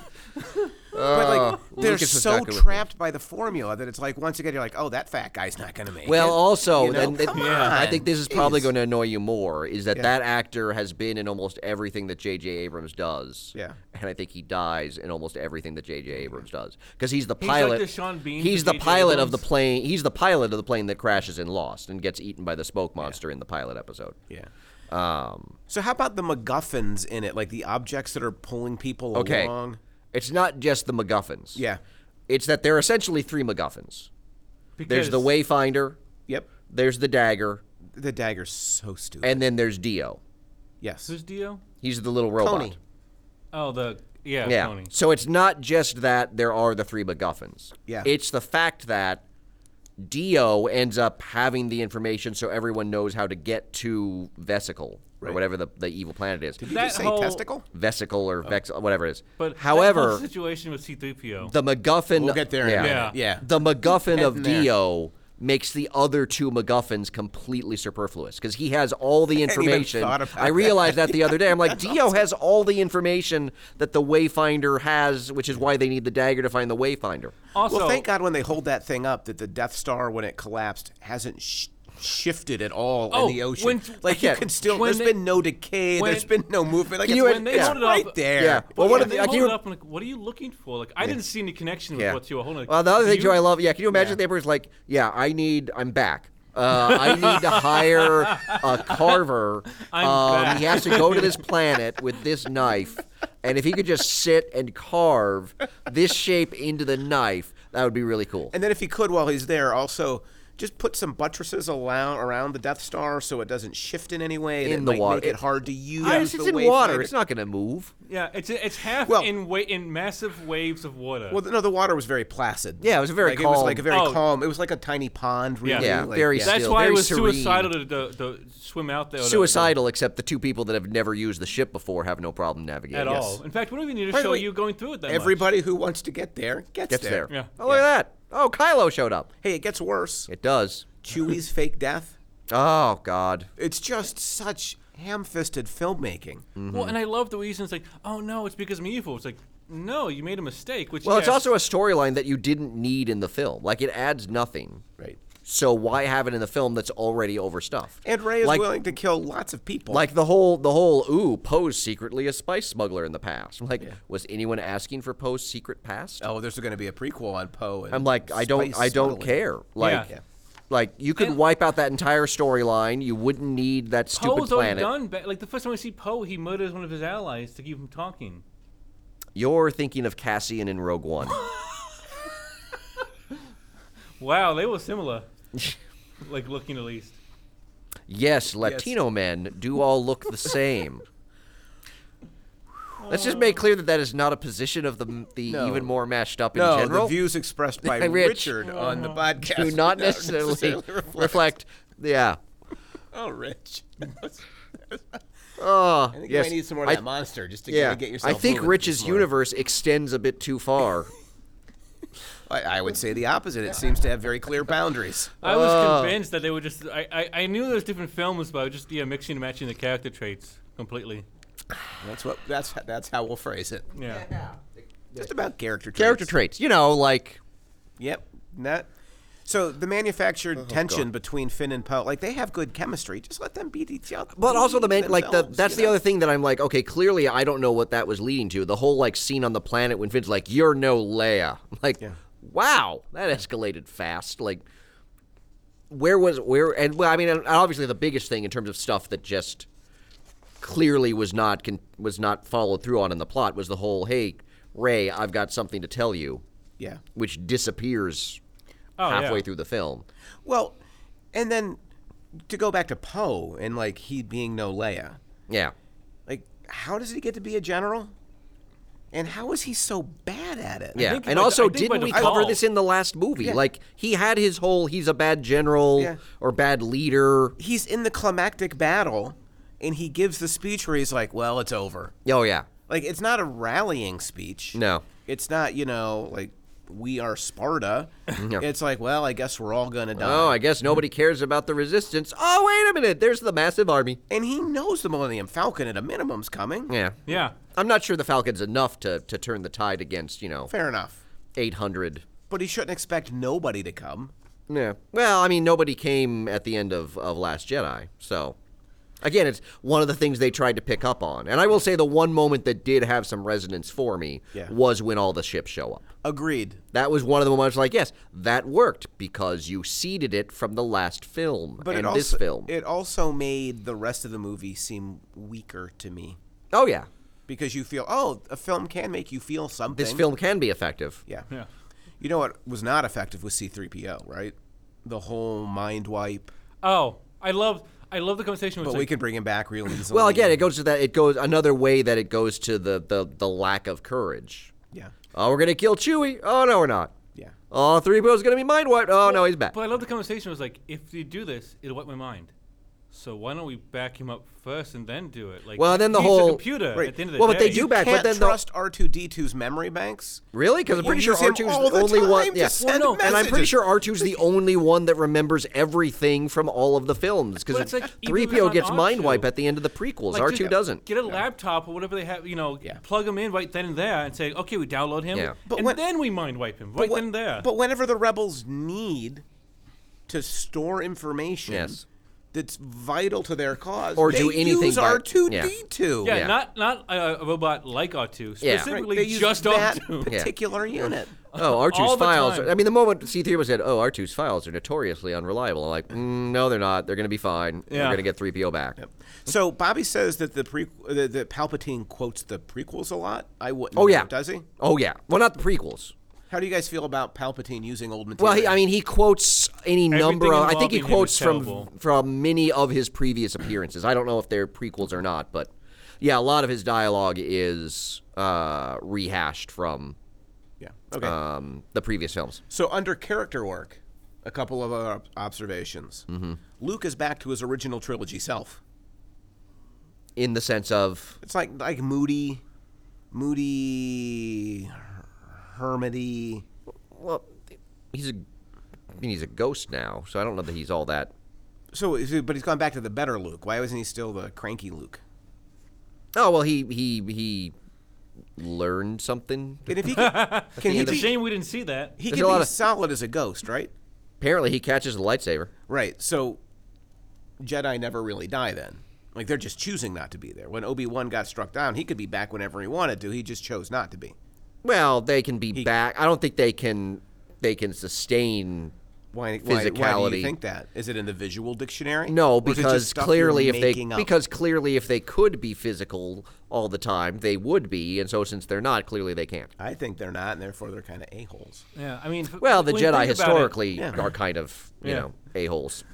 C: But like
B: Uh,
C: they're
B: Lucas was not
C: so
B: good with
C: trapped by the formula that it's like once again you're like, oh, that fat guy's not gonna make
B: Well,
C: it.
B: also,
C: You know?
B: and- and
C: Come
B: I
C: on.
B: think this is probably
C: Jeez.
B: going to annoy you more. Is that that actor has been in almost everything that J.J. Abrams does?
C: Yeah.
B: and I think he dies in almost everything that J.J. Abrams does because he's the
A: He's like
B: pilot.
A: the Sean Bean
B: he's
A: to
B: the
A: J.J.
B: pilot of the
A: Abrams.
B: plane. He's the pilot of the plane that crashes in Lost and gets eaten by the smoke monster in the pilot episode.
C: Yeah. Um, so how about the MacGuffins in it, like the objects that are pulling people
B: Okay,
C: along?
B: it's not just the MacGuffins.
C: Yeah.
B: it's that there are essentially three MacGuffins. There's the
A: because-
B: Wayfinder.
C: Yep.
B: There's the dagger,
C: The dagger's so stupid.
B: and then there's Dio.
C: Yes.
A: Who's Dio?
B: He's the little robot.
C: Tony.
A: Oh, the yeah,
B: Yeah.
A: Tony.
B: So it's not just that there are the three MacGuffins.
C: Yeah.
B: It's the fact that Dio ends up having the information so everyone knows how to get to Vesicle or
C: Right.
B: whatever the, the evil planet is.
C: Did you
A: That
C: just say
A: whole-
C: testicle?
B: Vesicle or Vex, whatever it is.
A: But that whole
B: however,
A: situation with C-3PO.
B: the MacGuffin.
C: We'll get there. in a minute.
A: Yeah.
C: Yeah.
B: The MacGuffin of
C: Getting there.
B: Dio makes the other two MacGuffins completely superfluous because he has all the
C: even
B: information.
C: thought about
B: I realized that the other day. I'm like, Dio has all the information that the Wayfinder has, which is why they need the dagger to find the Wayfinder.
A: also,
C: well, thank God when they hold that thing up that the Death Star, when it collapsed, hasn't sh- shifted at all
A: Oh,
C: in the ocean.
A: when-
C: like you
B: yeah,
C: can still.
A: when
C: There's
A: they-
C: been no decay.
A: when-
C: there's been no movement. Like
B: You
C: it's,
B: had-
A: they
B: yeah.
A: hold it up-
C: right there.
B: Yeah. Well,
A: Well,
B: one
A: yeah,
B: of the-
A: they
B: I can
A: hold it
B: re-
A: up and like, what are you looking for? Like, I didn't see any connection
B: Yeah.
A: with what you were holding. Like,
B: Well, the other
A: do
B: thing too,
A: you-
B: I love. Yeah, can you imagine if the Emperor's like, yeah, I need, I'm back. Uh, I need to hire a carver.
A: I'm
B: um,
A: back.
B: He has to go to this planet with this knife, and if he could just sit and carve this shape into the knife, that would be really cool.
C: And then if he could, while he's there, also just put some buttresses alou- around the Death Star so it doesn't shift in any way. And
B: In
C: it
B: the
C: might
B: water.
C: Make it hard to use.
B: I- it's
C: the
B: it's in
C: wave
B: water.
C: fighter.
B: It's not going to move.
A: Yeah, it's it's half
C: Well-
A: in wa- in massive waves of water.
C: Well, no, the water was very placid.
B: Yeah, it was very
C: like, It was like a
B: calm.
C: very
A: Oh.
C: calm. It was like a tiny pond, really.
A: Yeah,
C: like,
B: very
A: That's
B: still,
A: why
B: very
A: it was
B: serene.
A: suicidal to, to, to swim out there. or to-
B: Suicidal, except the two people that have never used the ship before have no problem navigating.
A: at
B: Yes.
A: all. In fact, we don't even need to
C: By the
A: show
C: way,
A: you going through it that much.
C: Everybody who wants to get there gets,
B: Gets there.
A: Yeah.
B: Oh, look at that. Oh, Kylo showed up.
C: Hey, it gets worse.
B: It does.
C: Chewie's fake death.
B: Oh, God.
C: It's just such ham-fisted filmmaking.
B: Mm.
A: Well,
B: Mm-hmm.
A: and I love the reason it's like, oh no, it's because I'm evil. It's like, no, you made a mistake. Which
B: Well, it's
A: yes,
B: also a storyline that you didn't need in the film. Like it adds nothing.
C: Right.
B: So why have it in the film that's already overstuffed?
C: And Ray is
B: like,
C: willing to kill lots of people.
B: Like the whole the whole ooh Poe's secretly a spice smuggler in the past. I'm Like was anyone asking for Poe's secret past?
C: oh, there's going to be a prequel on Poe. and
B: I'm like I don't
C: spice
B: I don't
C: smuggling.
B: care. Like
A: Yeah.
B: like you could
A: And-
B: wipe out that entire storyline. You wouldn't need that stupid
A: Poe's already
B: planet.
A: done. Ba- like the first time we see Poe, he murders one of his allies to keep him talking.
B: You're thinking of Cassian in Rogue One.
A: Wow, they were similar. like looking at least.
B: Yes, Latino men do all look the same. Let's just make clear that that is not a position of the the
C: No.
B: even more mashed up in
C: No,
B: general.
C: the views expressed by
B: Rich.
C: Richard on the podcast
B: do not
C: don't
B: necessarily, reflect. Yeah.
C: Oh, Rich.
B: Oh,
C: I
B: yes.
C: think you might need some more of
B: I-
C: that monster just to
B: yeah.
C: get yourself.
B: I think
C: moving
B: Rich's
C: this morning.
B: universe extends a bit too far.
C: I, I would say the opposite. It seems to have very clear boundaries.
A: I was
B: Oh.
A: convinced that they were just. I, I, I knew there was different films, but I was just yeah mixing and matching the character traits completely.
C: That's what. That's that's how we'll phrase it.
A: Yeah.
C: Just about character. Traits.
B: Character traits, you know, like
C: Yep. That. So the manufactured tension between Finn and Poe, like they have good chemistry. Just let them beat each other.
B: But also the man,
C: main,
B: like the that's the other thing that I'm like, okay, clearly I don't know what that was leading to. The whole like scene on the planet when Finn's like, "You're no Leia," I'm like, wow, that escalated fast. Like, where was where? And well, I mean, and obviously the biggest thing in terms of stuff that just clearly was not con- was not followed through on in the plot was the whole, "Hey, Ray, I've got something to tell you,"
C: Yeah.
B: which disappears
A: Oh, yeah.
B: halfway through the film.
C: Well, and then to go back to Poe and like he being no Leia,
B: Yeah.
C: like how does he get to be a general? And how is he so bad at it?
B: Yeah,
A: think
B: and
A: by-
B: also
A: I think by
B: didn't we
A: default-
B: cover this in the last movie?
C: Yeah.
B: Like he had his whole he's a bad general
C: Yeah.
B: or bad leader.
C: He's in the climactic battle, and he gives the speech where he's like, "Well, it's over."
B: Oh yeah,
C: Like it's not a rallying speech.
B: No.
C: It's not, you know, like we are Sparta. It's like, well, I guess we're all gonna die.
B: oh I guess nobody cares about the resistance. Oh wait a minute, there's the massive army.
C: and he knows the Millennium Falcon at a minimum's coming.
B: Yeah,
A: Yeah.
B: I'm not sure the Falcons enough to to turn the tide against you know
C: Fair enough.
B: 800.
C: But he shouldn't expect nobody to come.
B: Yeah. Well, I mean nobody came at the end of of Last Jedi, so. Again, it's one of the things they tried to pick up on. And I will say the one moment that did have some resonance for me
C: Yeah.
B: was when all the ships show up.
C: Agreed.
B: That was one of the moments like, yes, that worked because you seeded it from the last film
C: But
B: and
C: it also,
B: this film.
C: It also made the rest of the movie seem weaker to me.
B: oh yeah,
C: Because you feel, oh, a film can make you feel something.
B: this film can be effective.
C: Yeah.
A: Yeah.
C: You know what was not effective with C3PO, right? The whole mind wipe.
A: Oh, I love. I I love the conversation. Where
C: But
A: it's
C: we
A: like,
C: can bring him back real easily.
B: Well, again, it goes to that. It goes another way that it goes to the the, the lack of courage.
C: yeah,
B: Oh, we're gonna kill Chewie. Oh no, we're not.
C: yeah.
B: Oh, three bo's gonna be mind wiped. Oh no, he's back.
A: But I love the conversation. It was like, if you do this, it'll wipe my mind. So why don't we back him up first and then do it? Like,
B: Well, then the
A: he's a
B: whole-
A: computer
C: Right.
A: at the end of the
B: Well,
A: day.
B: but they do back, but
C: Can't
B: then the-
C: trust R two D 2s memory banks.
B: Really? Because I'm
C: You
B: pretty sure
C: use him
B: R2's the
C: all the
B: only
C: time
B: one.
C: to
B: Yeah.
C: send
A: Well, no,
B: And I'm pretty
C: messages.
B: sure R2's the only one that remembers everything from all of the films.
A: Well,
B: Because
A: it's like, even if
B: three
A: it's
B: PO
A: not
B: gets mind
A: R2,
B: wipe at the end of the prequels.
A: Like,
B: R2
A: just
B: doesn't.
A: Get a laptop or whatever they have, you know,
C: Yeah.
A: plug him in right then and there and say, okay, we download him.
B: Yeah.
A: But
C: But
A: and
C: when-
A: then we mind wipe him right
C: But
A: then
C: when-
A: and there.
C: But whenever the rebels need to store information
B: Yes.
C: that's vital to their cause,
B: Or
C: they
B: do anything
C: use
B: by-
C: R two D two.
A: yeah,
B: yeah.
A: not not a, a robot like R2,
B: Yeah. Right,
A: specifically
C: they use
A: just
C: that
A: R2.
C: particular unit.
B: Oh, R2's
A: all the
B: files.
A: time.
B: Are, I mean, the moment C3PO said, "Oh, R2's files are notoriously unreliable," I'm like, mm, "No, they're not. They're going to be fine.
A: Yeah.
B: We're going to get 3PO back."
C: So Bobby says that the pre that, that Palpatine quotes the prequels a lot. I wouldn't.
B: Oh yeah.
C: does he?
B: Oh yeah. Well, not the prequels.
C: How do you guys feel about Palpatine using old material?
B: Well, he, I mean, he quotes any number of. I think he
A: involving him is
B: quotes from
A: terrible.
B: from many of his previous appearances. I don't know if they're prequels or not, but yeah, a lot of his dialogue is uh, rehashed from
C: yeah. Okay.
B: um, the previous films.
C: So under character work, a couple of other ob- observations. Mm-hmm. Luke is back to his original trilogy self.
B: In the sense of,
C: It's like like moody, moody, hermity.
B: well, he's a, I mean, he's a ghost now, so I don't know that he's all that.
C: So, is he- but he's gone back to the better Luke. Why wasn't he still the cranky Luke?
B: Oh well, he he he learned something.
C: And if he can, can he
A: It's a
C: be,
A: shame we didn't see that.
C: he
B: There's
C: can
B: a lot
C: be
B: of-
C: solid as a ghost, right?
B: Apparently, he catches a lightsaber.
C: Right. So Jedi never really die then. Like they're just choosing not to be there. When Obi Wan got struck down, he could be back whenever he wanted to. He just chose not to be.
B: Well, they can be back. I don't think they can they can sustain
C: Why, why, why do
B: Physicality.
C: you think that? Is it in the visual dictionary?
B: No,
C: Or is it just
B: because
C: stuff
B: clearly
C: you're
B: if they
C: making up?
B: because clearly if they could be physical all the time, they would be, and so since they're not, clearly they can't.
C: I think they're not, and therefore they're kind of a holes.
A: Yeah, I mean, f-
B: Well, the
A: when you
B: Jedi
A: think about it,
B: historically
C: Yeah.
B: are kind of you
A: Yeah.
B: know a holes.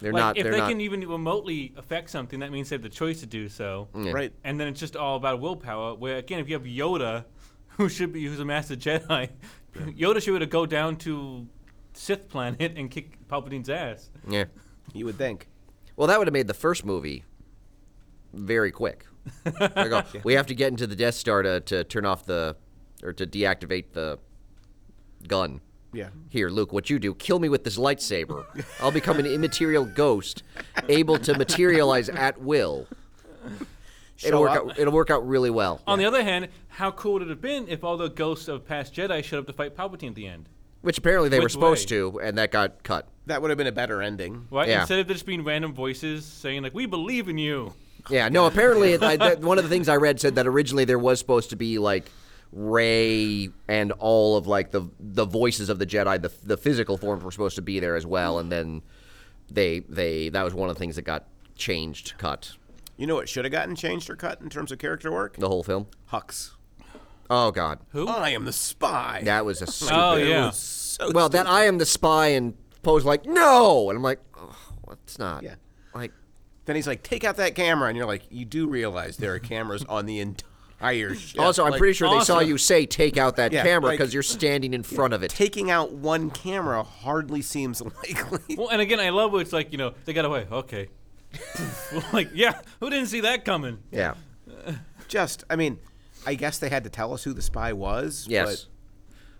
B: They're
A: like,
B: not.
A: if
B: They're
A: they
B: not.
A: can even remotely affect something, that means they have the choice to do so.
C: Right.
A: and then it's just all about willpower. Where again, if you have Yoda, who should be who's a master Jedi, Yoda should be able to go down to Sith planet and kick Palpatine's ass.
B: yeah.
C: You would think.
B: Well, that would have made the first movie very quick. Like, oh, We have to get into the Death Star to, to turn off the or to deactivate the gun.
C: Yeah.
B: Here, Luke, what you do, kill me with this lightsaber. I'll become an immaterial ghost, able to materialize at will. It'll
C: Show
B: work
C: up.
B: out it'll work out really well.
A: On the other hand, how cool would it have been if all the ghosts of past Jedi showed up to fight Palpatine at the end?
B: Which apparently they were
A: Which
B: supposed
A: way?
B: to, and that got cut.
C: That would have been a better ending.
A: Right?
B: Yeah.
A: Instead of just being random voices saying like, "We believe in you."
B: Yeah, no. Apparently, it, I, that, one of the things I read said that originally there was supposed to be like Ray and all of like the the voices of the Jedi, the the physical forms were supposed to be there as well, and then they they that was one of the things that got changed, cut
C: You know what should have gotten changed or cut in terms of character work?
B: the whole film.
C: Hux.
B: Oh God,
A: Who?
C: I am the spy.
B: that was a stupid.
A: Oh
C: It
A: yeah.
C: was so
B: well, that I am the spy and Poe's like no, and I'm like, oh, it's not.
C: Yeah.
B: Like
C: Then he's like, "Take out that camera," and you're like, "You do realize there are cameras on the entire ship."
B: also, I'm
C: Like,
B: pretty sure they saw
A: awesome.
B: you say take out that
C: Yeah,
B: camera
C: like-
B: because you're standing in front of it.
C: taking out one camera hardly seems likely.
A: Well, and again, I love where it's like you know they got away. Okay. like yeah, who didn't see that coming?
B: yeah.
C: Just, I mean, I guess they had to tell us who the spy was.
B: Yes.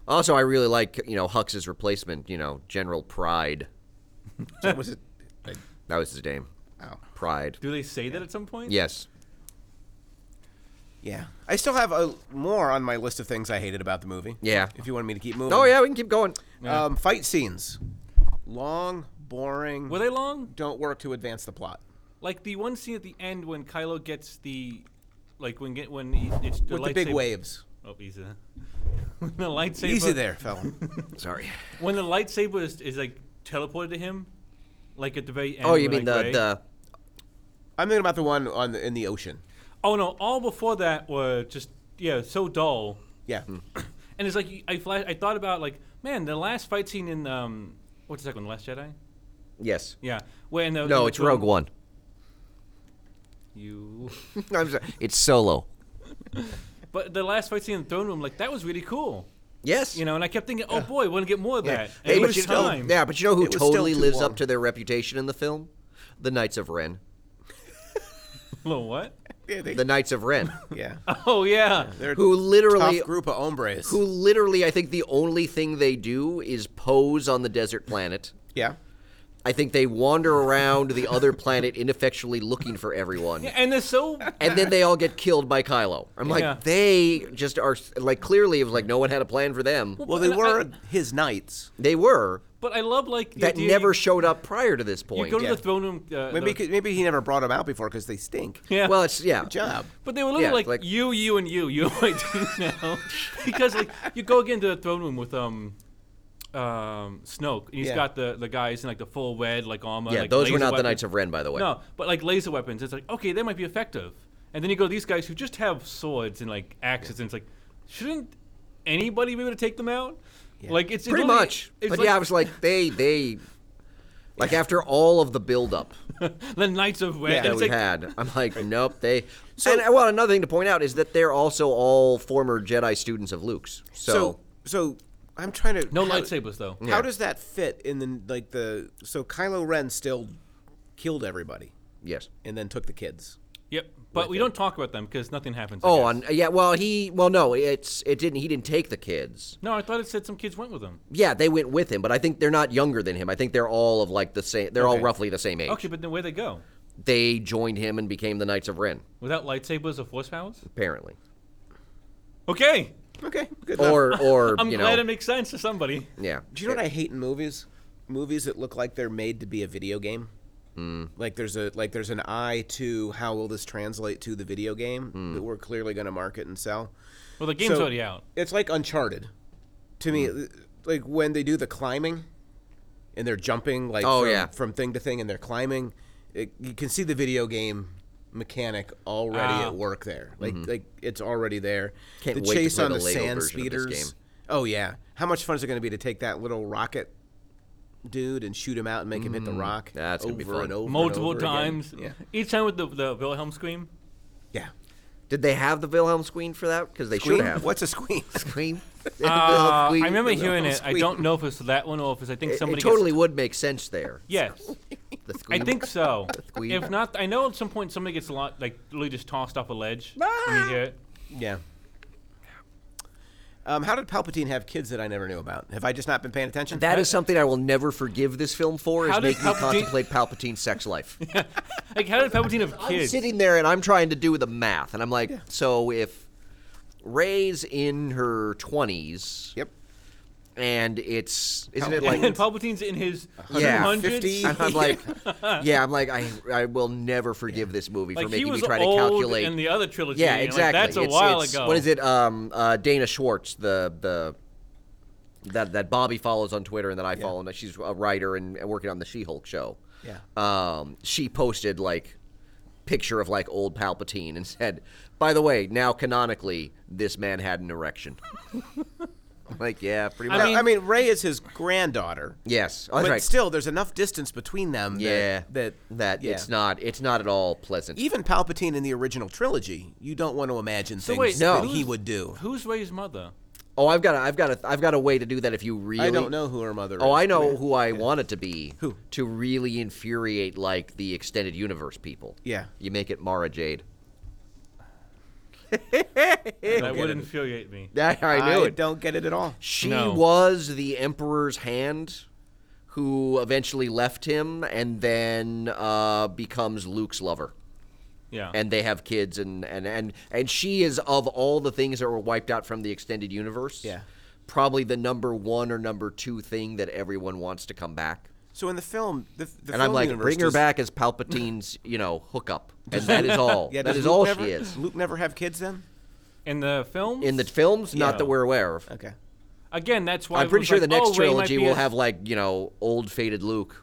B: also, I really like you know Hux's replacement. You know, General Pride.
C: But so was it? like,
B: That was his name.
C: Ow.
B: Pride.
A: Do they say that at some point?
B: Yes.
C: Yeah, I still have a, more on my list of things I hated about the movie.
B: Yeah.
C: If you want me to keep moving.
B: Oh yeah, we can keep going.
C: Um, fight scenes, long, boring.
A: Were they long?
C: don't work to advance the plot.
A: Like the one scene at the end when Kylo gets the, like when get when he, it's the
C: With the big
A: lightsaber-
C: waves.
A: Oh, easy. there. when the lightsaber.
C: Easy there, fella.
B: Sorry.
A: When the lightsaber is, is like teleported to him, like at the very end.
B: Oh, you
A: when,
B: mean
A: like,
B: the
A: Rey-
B: the?
C: I'm thinking about the one on the, in the ocean.
A: Oh no! All before that were just yeah, so dull.
C: Yeah.
B: Hmm.
A: And it's like I flash, I thought about like man, the last fight scene in um, what's the second one? Last Jedi.
B: Yes.
A: Yeah. When uh, the,
B: No, it's
A: the-
B: Rogue One.
A: You.
B: I'm sorry. It's Solo.
A: But the last fight scene in the throne room, like that was really cool.
B: Yes.
A: You know, and I kept thinking, oh boy, want to get more of that. And
B: Hey,
A: it
B: but
A: was
B: you know-
A: time.
B: yeah, but you know who
C: It was still
B: totally
C: too
B: lives
C: long.
B: up to their reputation in the film? The Knights of Ren.
A: Little what?
C: Yeah, they,
B: The Knights of Ren,
C: yeah.
A: Oh yeah.
C: They're
B: who
C: a
B: literally,
C: tough group of hombres.
B: who literally, I think the only thing they do is pose on the desert planet.
C: yeah.
B: I think they wander around the other planet ineffectually looking for everyone.
A: And they're so
B: And then they all get killed by Kylo. I'm
A: Yeah.
B: like, they just are like clearly it was like no one had a plan for them.
C: Well, they
A: I-
C: were his knights.
B: They were
A: But I love like the
B: that
A: idea
B: never
A: you-
B: showed up prior to this
A: You
B: point.
A: go to
C: yeah.
A: the throne room. Uh,
C: Maybe
A: the-
C: he could- maybe he never brought them out before because they stink.
A: yeah.
B: Well, it's yeah.
C: Good job.
A: but they were literally
B: yeah,
A: like,
B: like-
A: you, you, and you. You might do now because like you go again to the throne room with um. Um, Snoke, and he's
C: Yeah.
A: got the the guys in like the full red like armor.
B: Yeah,
A: like,
B: those were
A: laser
B: not the
A: weapons.
B: Knights of Ren, by the way.
A: No, but like laser weapons, it's like okay, they might be effective. And then you go to these guys who just have swords and like axes, and it's like, shouldn't anybody be able to take them out? Like it's it's
B: Pretty
A: only-
B: much.
A: It's
B: But
A: like
B: yeah, I was like, they they like after all of the buildup
A: the Knights of Red.
C: Yeah,
B: that
A: it's
B: we
A: like,
B: had, I'm like, nope, they so, And uh, well another thing to point out is that they're also all former Jedi students of Luke's. So,
C: So so I'm trying to
A: no
C: how,
A: lightsabers though.
C: How does that fit in the like the so Kylo Ren still killed everybody
B: yes.
C: and then took the kids.
A: Yep, but we don't talk about them because nothing happens. I
B: Oh,
A: guess.
B: on yeah, well he well no, it's it didn't he didn't take the kids.
A: no, I thought it said some kids went with them.
B: Yeah, they went with him, but I think they're not younger than him. I think they're all of like the same they're all roughly the same age.
A: Okay, but then where they go?
B: They joined him and became the Knights of Ren,
A: Without lightsabers or force powers?
B: apparently.
A: Okay,
C: Okay, good. enough.
B: Or or
A: I'm
B: you
A: glad
B: know
A: it makes sense to somebody.
B: Yeah.
C: Do you know what I hate in movies? Movies that look like they're made to be a video game. Mm. Like there's a like there's an eye to how will this translate to the video game that we're clearly going to market and sell.
A: Well, the game's
C: So-
A: already out.
C: It's like Uncharted, to me.
B: Hmm.
C: Like when they do the climbing, and they're jumping like
B: Oh,
C: from,
B: yeah.
C: from thing to thing, and they're climbing. It, you can see the video game mechanic already
A: Ah.
C: at work there. Like like it's already there.
B: Mm-hmm. Can't
C: the
B: wait to
C: chase
B: play
C: on
B: the
C: the,
B: Lego
C: sand
B: version of this
C: speeders.
B: game.
C: Oh yeah, how much fun is it going to be to take that little rocket dude and shoot him out and make him hit the rock
B: Mm-hmm. that's
C: over
B: gonna be fun.
C: and over and
A: Multiple
C: over again?
A: times. Each time with the, the Wilhelm scream.
C: Yeah.
B: Did they have the Wilhelm Squeen for that? Because they should
C: yeah.
B: have.
C: What's a squeak?
B: Squeen?
A: Uh,
B: Wilhelm
A: I remember
B: Squeen.
A: hearing it. I
C: squeak.
A: don't know if it's that one or if it's I think
B: It- It,
A: somebody.
B: totally would make sense there.
A: Gets, yes,
B: The
A: I
B: Squeen.
A: think so.
B: Squeak.
A: if not, I know at some point somebody gets a lot like literally just tossed off a ledge. when
B: Ah!
A: you hear it.
C: Yeah. Um, how did Palpatine have kids that I never knew about? Have I just not been paying attention?
B: that is something I will never forgive this film for. Is
A: How did
B: making me
A: Palpatine-
B: contemplate Palpatine's sex life.
A: Like how did Palpatine have
B: I'm
A: kids?
B: sitting there and I'm trying to do the math, and I'm like, so if Ray's in her twenties,
C: Yep.
B: and it's isn't it
A: and
B: like.
A: Palpatine's in his
B: Yeah.
A: 200s.
B: I'm, I'm like, yeah. I'm like, I, I will never forgive this movie for
A: Like he
B: making me
A: was
B: try to
A: old
B: calculate
A: in the other trilogy.
B: Yeah,
A: and, like,
B: exactly.
A: that's a
B: It's-
A: while
B: it's-
A: ago.
B: What is it? Um, uh, Dana Schwartz, the the that that Bobby follows on Twitter and that I follow. And she's a writer and, and working on the She-Hulk show.
C: Yeah.
B: Um, she posted like picture of like old Palpatine and said, "By the way, now canonically, this man had an erection." like, yeah, pretty much.
A: I
C: I
A: mean-
C: mean, I mean, Ray is his granddaughter.
B: yes, Oh, that's
C: but
B: right.
C: still, there's enough distance between them.
B: yeah,
C: That that,
B: that
C: yeah.
B: it's not it's not at all pleasant.
A: E
C: Even Palpatine in the original trilogy, you don't want to imagine
A: So
C: things
A: wait,
B: No.
C: that he
A: who's-
C: would do.
A: Who's Ray's mother?
B: oh, I've got a, I've got a, I've got a way to do that if you really
C: I don't know who her mother is.
B: Oh, I know who I want it to be.
C: Who?
B: To really infuriate like the extended universe people.
C: Yeah.
B: You make it Mara Jade.
A: that
C: get
A: would
C: it.
A: infuriate me.
B: I, I knew
C: I
B: it.
C: don't get it at all.
B: She
A: No.
B: was the Emperor's hand who eventually left him and then uh, becomes Luke's lover.
C: Oh.
A: Yeah.
B: And they have kids and, and, and, and she is of all the things that were wiped out from the extended universe.
C: Yeah.
B: Probably the number one or number two thing that everyone wants to come back.
C: So in the film, the, the
B: and
C: film
B: I'm like,
C: universe
B: bring her
C: does-
B: back as Palpatine's, you know, hookup, and that is all.
C: Yeah,
B: that
C: does
B: is
C: Luke
B: all
C: never,
B: she is.
C: Luke never have kids then.
A: in the film.
B: In the films, not that we're aware of.
C: Okay.
A: again, that's why
B: I'm pretty
A: everyone's
B: sure the
A: like,
B: next
A: "Oh, Ray might
B: trilogy
A: be
B: will
A: a-
B: have like you know old faded Luke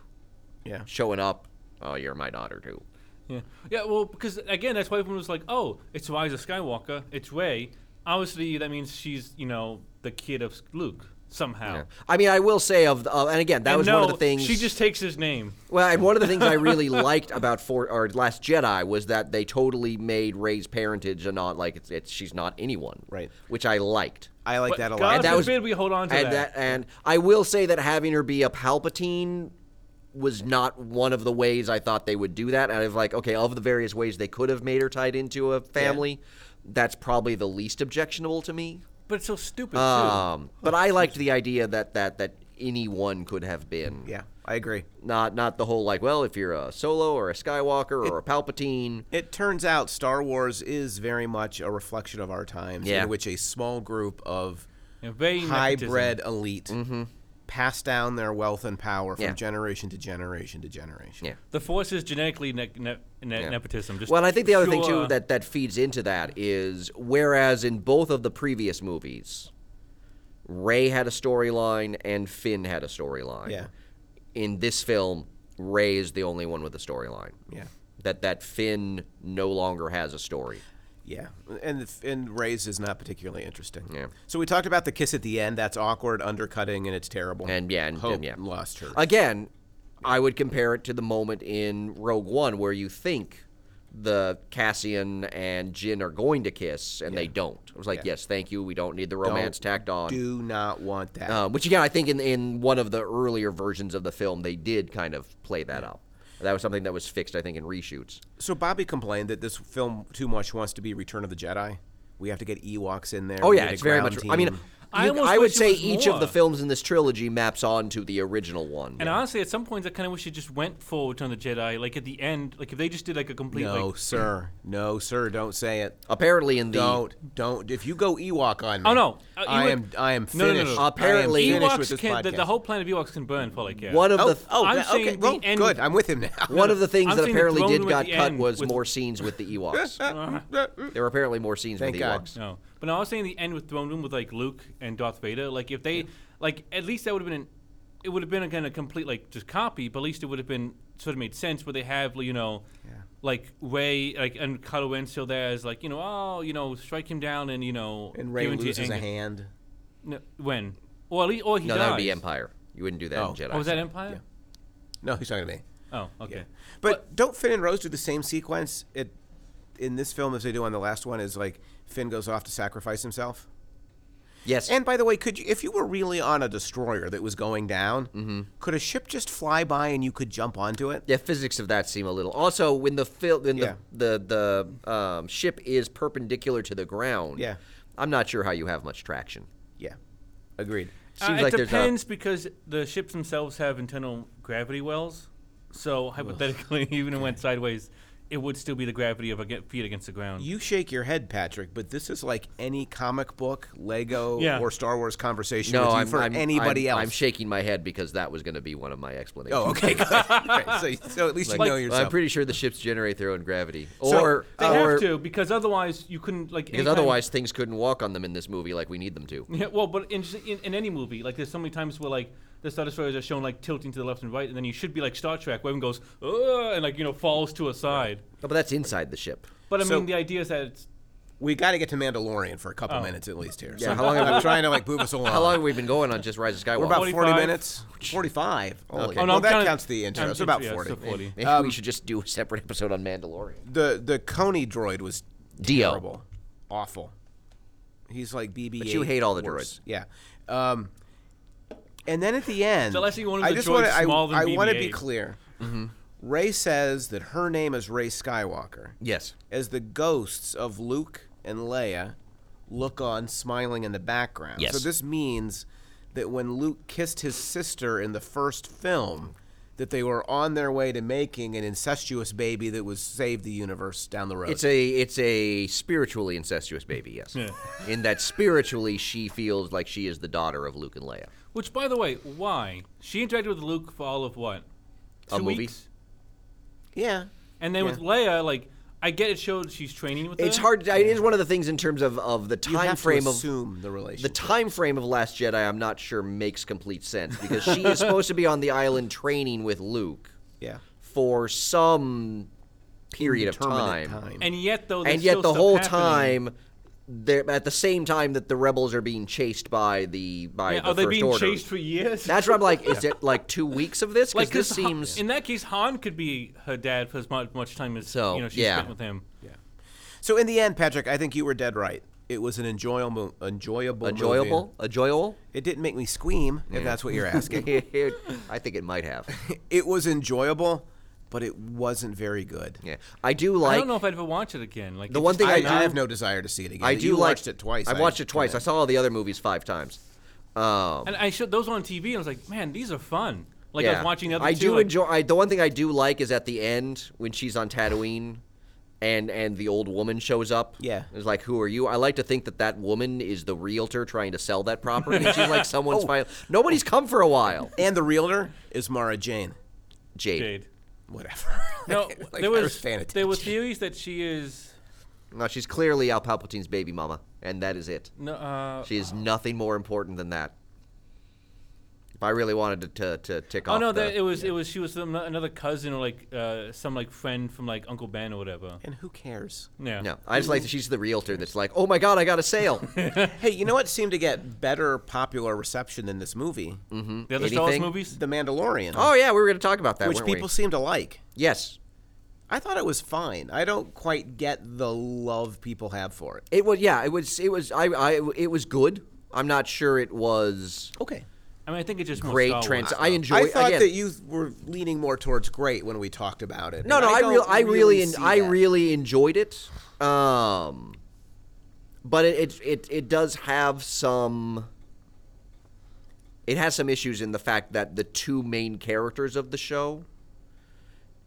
C: Yeah.
B: showing up. Oh, you're my daughter too.
A: Yeah. yeah, well, because again, that's why everyone was like, "Oh, it's Rise of Skywalker. It's Ray." Obviously, that means she's you know the kid of S- Luke. somehow.
B: I mean, I will say of the, uh, and again, that
A: And
B: was
A: no,
B: one of the things.
A: She just takes his name.
B: well, and one of the things I really liked about For or Last Jedi was that they totally made Ray's parentage and not like it's, it's she's not anyone,
C: Right.
B: Which I liked.
C: I like
A: But
C: that a
A: God
C: lot.
B: that was-
A: forbid we hold on to
B: and
A: that.
B: and I will say that having her be a Palpatine was not one of the ways I thought they would do that. And I was like, okay, of the various ways they could have made her tied into a family, that's probably the least objectionable to me.
A: But it's so stupid too.
B: Um, but I liked the idea that that that anyone could have been.
C: yeah, I agree.
B: Not not the whole like, well, if you're a Solo or a Skywalker or a Palpatine.
C: It turns out Star Wars is very much a reflection of our times,
B: Yeah.
C: in which a small group of
A: Yeah, very nepotism.
C: high-bred elite pass down their wealth and power from
B: Mm-hmm. Yeah.
C: generation to generation to generation.
B: Yeah.
A: The force is genetically ne- ne- ne- nepotism. Just
B: Well, and I think the other thing
A: pure-
B: too that that feeds into that is whereas in both of the previous movies, Ray had a storyline and Finn had a storyline.
C: Yeah.
B: In this film, Ray is the only one with a storyline.
C: Yeah.
B: That that Finn no longer has a story.
C: Yeah, and and Ray's is not particularly interesting.
B: Yeah.
C: So we talked about the kiss at the end. That's awkward, undercutting, and it's terrible.
B: And yeah, and,
C: Hope
B: and yeah. Uh,
C: lost her.
B: Again, I would compare it to the moment in Rogue One where you think the Cassian and Jin are going to kiss and they don't. It was like, yes, thank you. We don't need the romance tacked on.
C: Do not want that.
B: Um, which again, I think in, in one of the earlier versions of the film, they did kind of play that up. That was something that was fixed, I think, in reshoots.
C: So Bobby complained that this film too much wants to be Return of the Jedi. We have to get Ewoks in there.
B: Oh
C: we
B: yeah,
C: need a
B: it's very
C: ground
B: much. I mean,
C: team.
A: I
B: you-
A: almost
B: I would
A: wish it
B: say
A: was
B: each of
A: more.
B: the films in this trilogy maps on to the original one.
A: And honestly, at some points, I kind of wish it just went for Return of the Jedi. Like at the end, like if they just did like a complete
C: no,
A: like.
C: sir, no, sir, don't say it.
B: apparently, in the
C: Don't, don't. If you go Ewok on me,
A: Oh, no. Uh,
C: I
A: Ewok-
C: am, I am
A: No, no, no, no.
C: finished.
B: Apparently-
C: I am finished with
A: Ewoks
C: this
A: can the, the
C: podcast.
A: whole planet of Ewoks can burn for like yeah.
B: one of
C: Oh,
B: the
C: oh,
A: I'm
C: that-
A: saying
C: okay. Well,
A: the end-
C: good. I'm with him now.
B: one of the things
A: I'm
B: that
A: saying the
B: apparently
A: throne
B: did
A: with
B: got
A: the
B: cut
A: end
B: was
A: with-
B: more scenes with the Ewoks. there were apparently more scenes
C: Thank
B: with the
C: God.
B: Ewoks.
A: No, but no, I was saying the end with Throne Room with like Luke and Darth Vader. Like if they, like at least that would have been, an, it would have been again a complete like just copy. But at least it would have been sort of made sense where they have you know, like Ray like and Kylo Ren still there is like you know oh you know strike him down and you know
C: and Ray
A: give into your
C: loses a
A: anger.
C: hand.
A: No, when or at least, or he
B: No,
A: dies.
B: that would be Empire. You wouldn't do that
C: Oh.
B: in Jedi.
A: Oh, was that Empire?
C: No, he's talking to me.
A: Oh, okay.
C: But don't Finn and Rose do the same sequence it, in this film as they do on the last one? Is like Finn goes off to sacrifice himself.
B: yes.
C: And by the way, could you, if you were really on a destroyer that was going down,
A: Mm-hmm.
C: could a ship just fly by and you could jump onto it?
B: Yeah, physics of that seem a little. Also, when the fil- when
C: Yeah.
B: the the, the um, ship is perpendicular to the ground,
C: Yeah.
B: I'm not sure how you have much traction.
C: Yeah, agreed.
A: Uh,
B: Seems
A: it
B: like there's a-
A: depends because the ships themselves have internal gravity wells. So hypothetically, even if it went sideways, it would still be the gravity of a ge- feet against the ground.
C: You shake your head, Patrick, but this is like any comic book, Lego,
A: Yeah.
C: or Star Wars conversation
B: No,
C: with you
B: I'm
C: for
B: I'm-
C: anybody
B: I'm-
C: else.
B: I'm shaking my head because that was going to be one of my explanations.
C: oh, okay. good. Right, so, so at least you know
B: Well,
C: yourself.
B: I'm pretty sure the ships generate their own gravity,
C: So-
B: or
A: They
B: or
A: have to because otherwise you couldn't like
B: because
A: anytime-
B: otherwise things couldn't walk on them in this movie like we need them to.
A: Yeah, well, but in, just in in any movie, like there's so many times where like the Star Destroyers are shown like tilting to the left and right, and then you should be like Star Trek, where everyone goes Ugh, and like you know falls to a side.
B: No, but that's inside the ship.
A: But I
C: So-
A: mean, the idea is that it's
C: we got to get to Mandalorian for a
A: Oh.
C: couple minutes at least here.
B: Yeah,
C: so
B: how long have
C: I'm trying to like move us along.
B: How long have we been going on just Rise of Skywalker?
C: We're about 40
A: 45?
C: minutes. 45. Okay.
A: Oh, no,
C: well,
A: I'm
C: that
A: kinda-
C: counts the intro.
A: I'm
C: It's about
A: just- yeah,
C: 40.
A: so 40.
B: Maybe
C: Um,
B: we should just do a separate episode on Mandalorian.
C: The the Coney droid was
B: Dio.
C: terrible, awful. He's like BB.
B: But you hate all the droids.
C: worse. Yeah. Um, and then at the end,
A: The last thing you want is
C: I
A: a
C: just
A: droid
C: wanna, I,
A: smaller than
C: I wanna be
A: BB-8.
C: clear.
B: Mm-hmm.
C: Ray says that her name is Ray Skywalker.
B: Yes.
C: As the ghosts of Luke and Leia look on, smiling in the background.
B: Yes.
C: So this means that when Luke kissed his sister in the first film, that they were on their way to making an incestuous baby that was save the universe down the road.
B: It's a it's a spiritually incestuous baby, yes.
A: Yeah.
B: In that spiritually she feels like she is the daughter of Luke and Leia.
A: which, by the way, why she interacted with Luke for all of what two
B: A movie?
A: weeks,
C: yeah.
A: and then with Leia, like I get it showed she's training with.
B: It's
A: her.
B: hard. It is one of the things in terms of, of the
C: You
B: time
C: have
B: frame
C: to
B: of
C: assume the
B: the
C: relationship.
B: time frame of Last Jedi. I'm not sure makes complete sense because she is supposed to be on the island training with Luke
C: yeah.
B: for some period of
C: Determinate
B: time,
A: And yet, though, there's
B: and yet
A: still
B: the
A: stuff
B: whole
A: happening.
B: time they're at the same time that the rebels are being chased by the by
A: Yeah,
B: the
A: are they
B: first
A: being
B: order.
A: chased for years?
B: That's what I'm like. Is it like two weeks of this? Because
A: like
B: this
A: 'cause Han-
B: seems
A: in that case, Han could be her dad for as mu- much time as
B: So,
A: you know she
B: yeah.
A: spent with him.
C: So in the end, Patrick, I think you were dead right. It was an enjoyable, enjoyable, movie.
B: enjoyable. Enjoyable.
C: It didn't make me squeam, if that's what you're asking.
B: I think it might have.
C: it was enjoyable, but it wasn't very good.
B: Yeah, I do like.
A: I don't know if I'd ever watch it again. Like
B: The
A: it
B: one
A: just-
B: thing I
C: I,
B: do-
C: I have no desire to see it again.
B: I
C: You
B: do like-
C: watched it twice.
B: I watched it twice. I
C: commit.
B: saw all the other movies five times. Um,
A: and I showed those were on TV, and I was like, man, these are fun. Like I
B: yeah.
A: was watching the other
B: I
A: two.
B: do
A: like,
B: enjoy. I, the one thing I do like is at the end when she's on Tatooine, and and the old woman shows up.
C: Yeah.
B: it's like, who are you? I like to think that that woman is the realtor trying to sell that property. she's like
A: Oh.
B: someone's file. Nobody's come for a while.
C: And the realtor is Mara Jane.
B: Jade.
A: Jade.
C: Whatever.
A: No,
C: Like,
A: there
C: I
A: was
C: paying attention.
A: there were theories that she is
B: No, she's clearly Al Palpatine's baby mama, and that is it.
A: no. Uh,
B: She is nothing more important than that. If I really wanted to to, to tick
A: oh
B: off,
A: no,
B: the,
A: that it was it was she was some, another cousin or like uh, some like friend from like Uncle Ben or whatever.
C: And who cares?
A: Yeah.
B: No, I just like that she's the realtor that's like, oh my god, I got a sale.
C: Hey, you know what seemed to get better popular reception than this movie?
A: The other Star Wars
B: Anything?
A: movies.
C: The Mandalorian,
B: Mm-hmm. oh yeah, we were going to talk about that,
C: which
B: weren't we?
C: people seem to like.
B: Yes,
C: I thought it was fine. I don't quite get the love people have for it.
B: it was. Yeah, it was. It was. I. I. It was good. I'm not sure it was
C: Okay.
A: I mean, I think it's just more
B: great.
A: Star Wars
B: Trans.
A: stuff.
B: I enjoy.
C: I thought
B: again,
C: that you were leaning more towards great when we talked about it.
B: No,
C: and
B: no, I,
C: don't
B: real I really, en-
C: see
B: I
C: that.
B: really enjoyed it. Um, but it, it it it does have some. It has some issues in the fact that the two main characters of the show,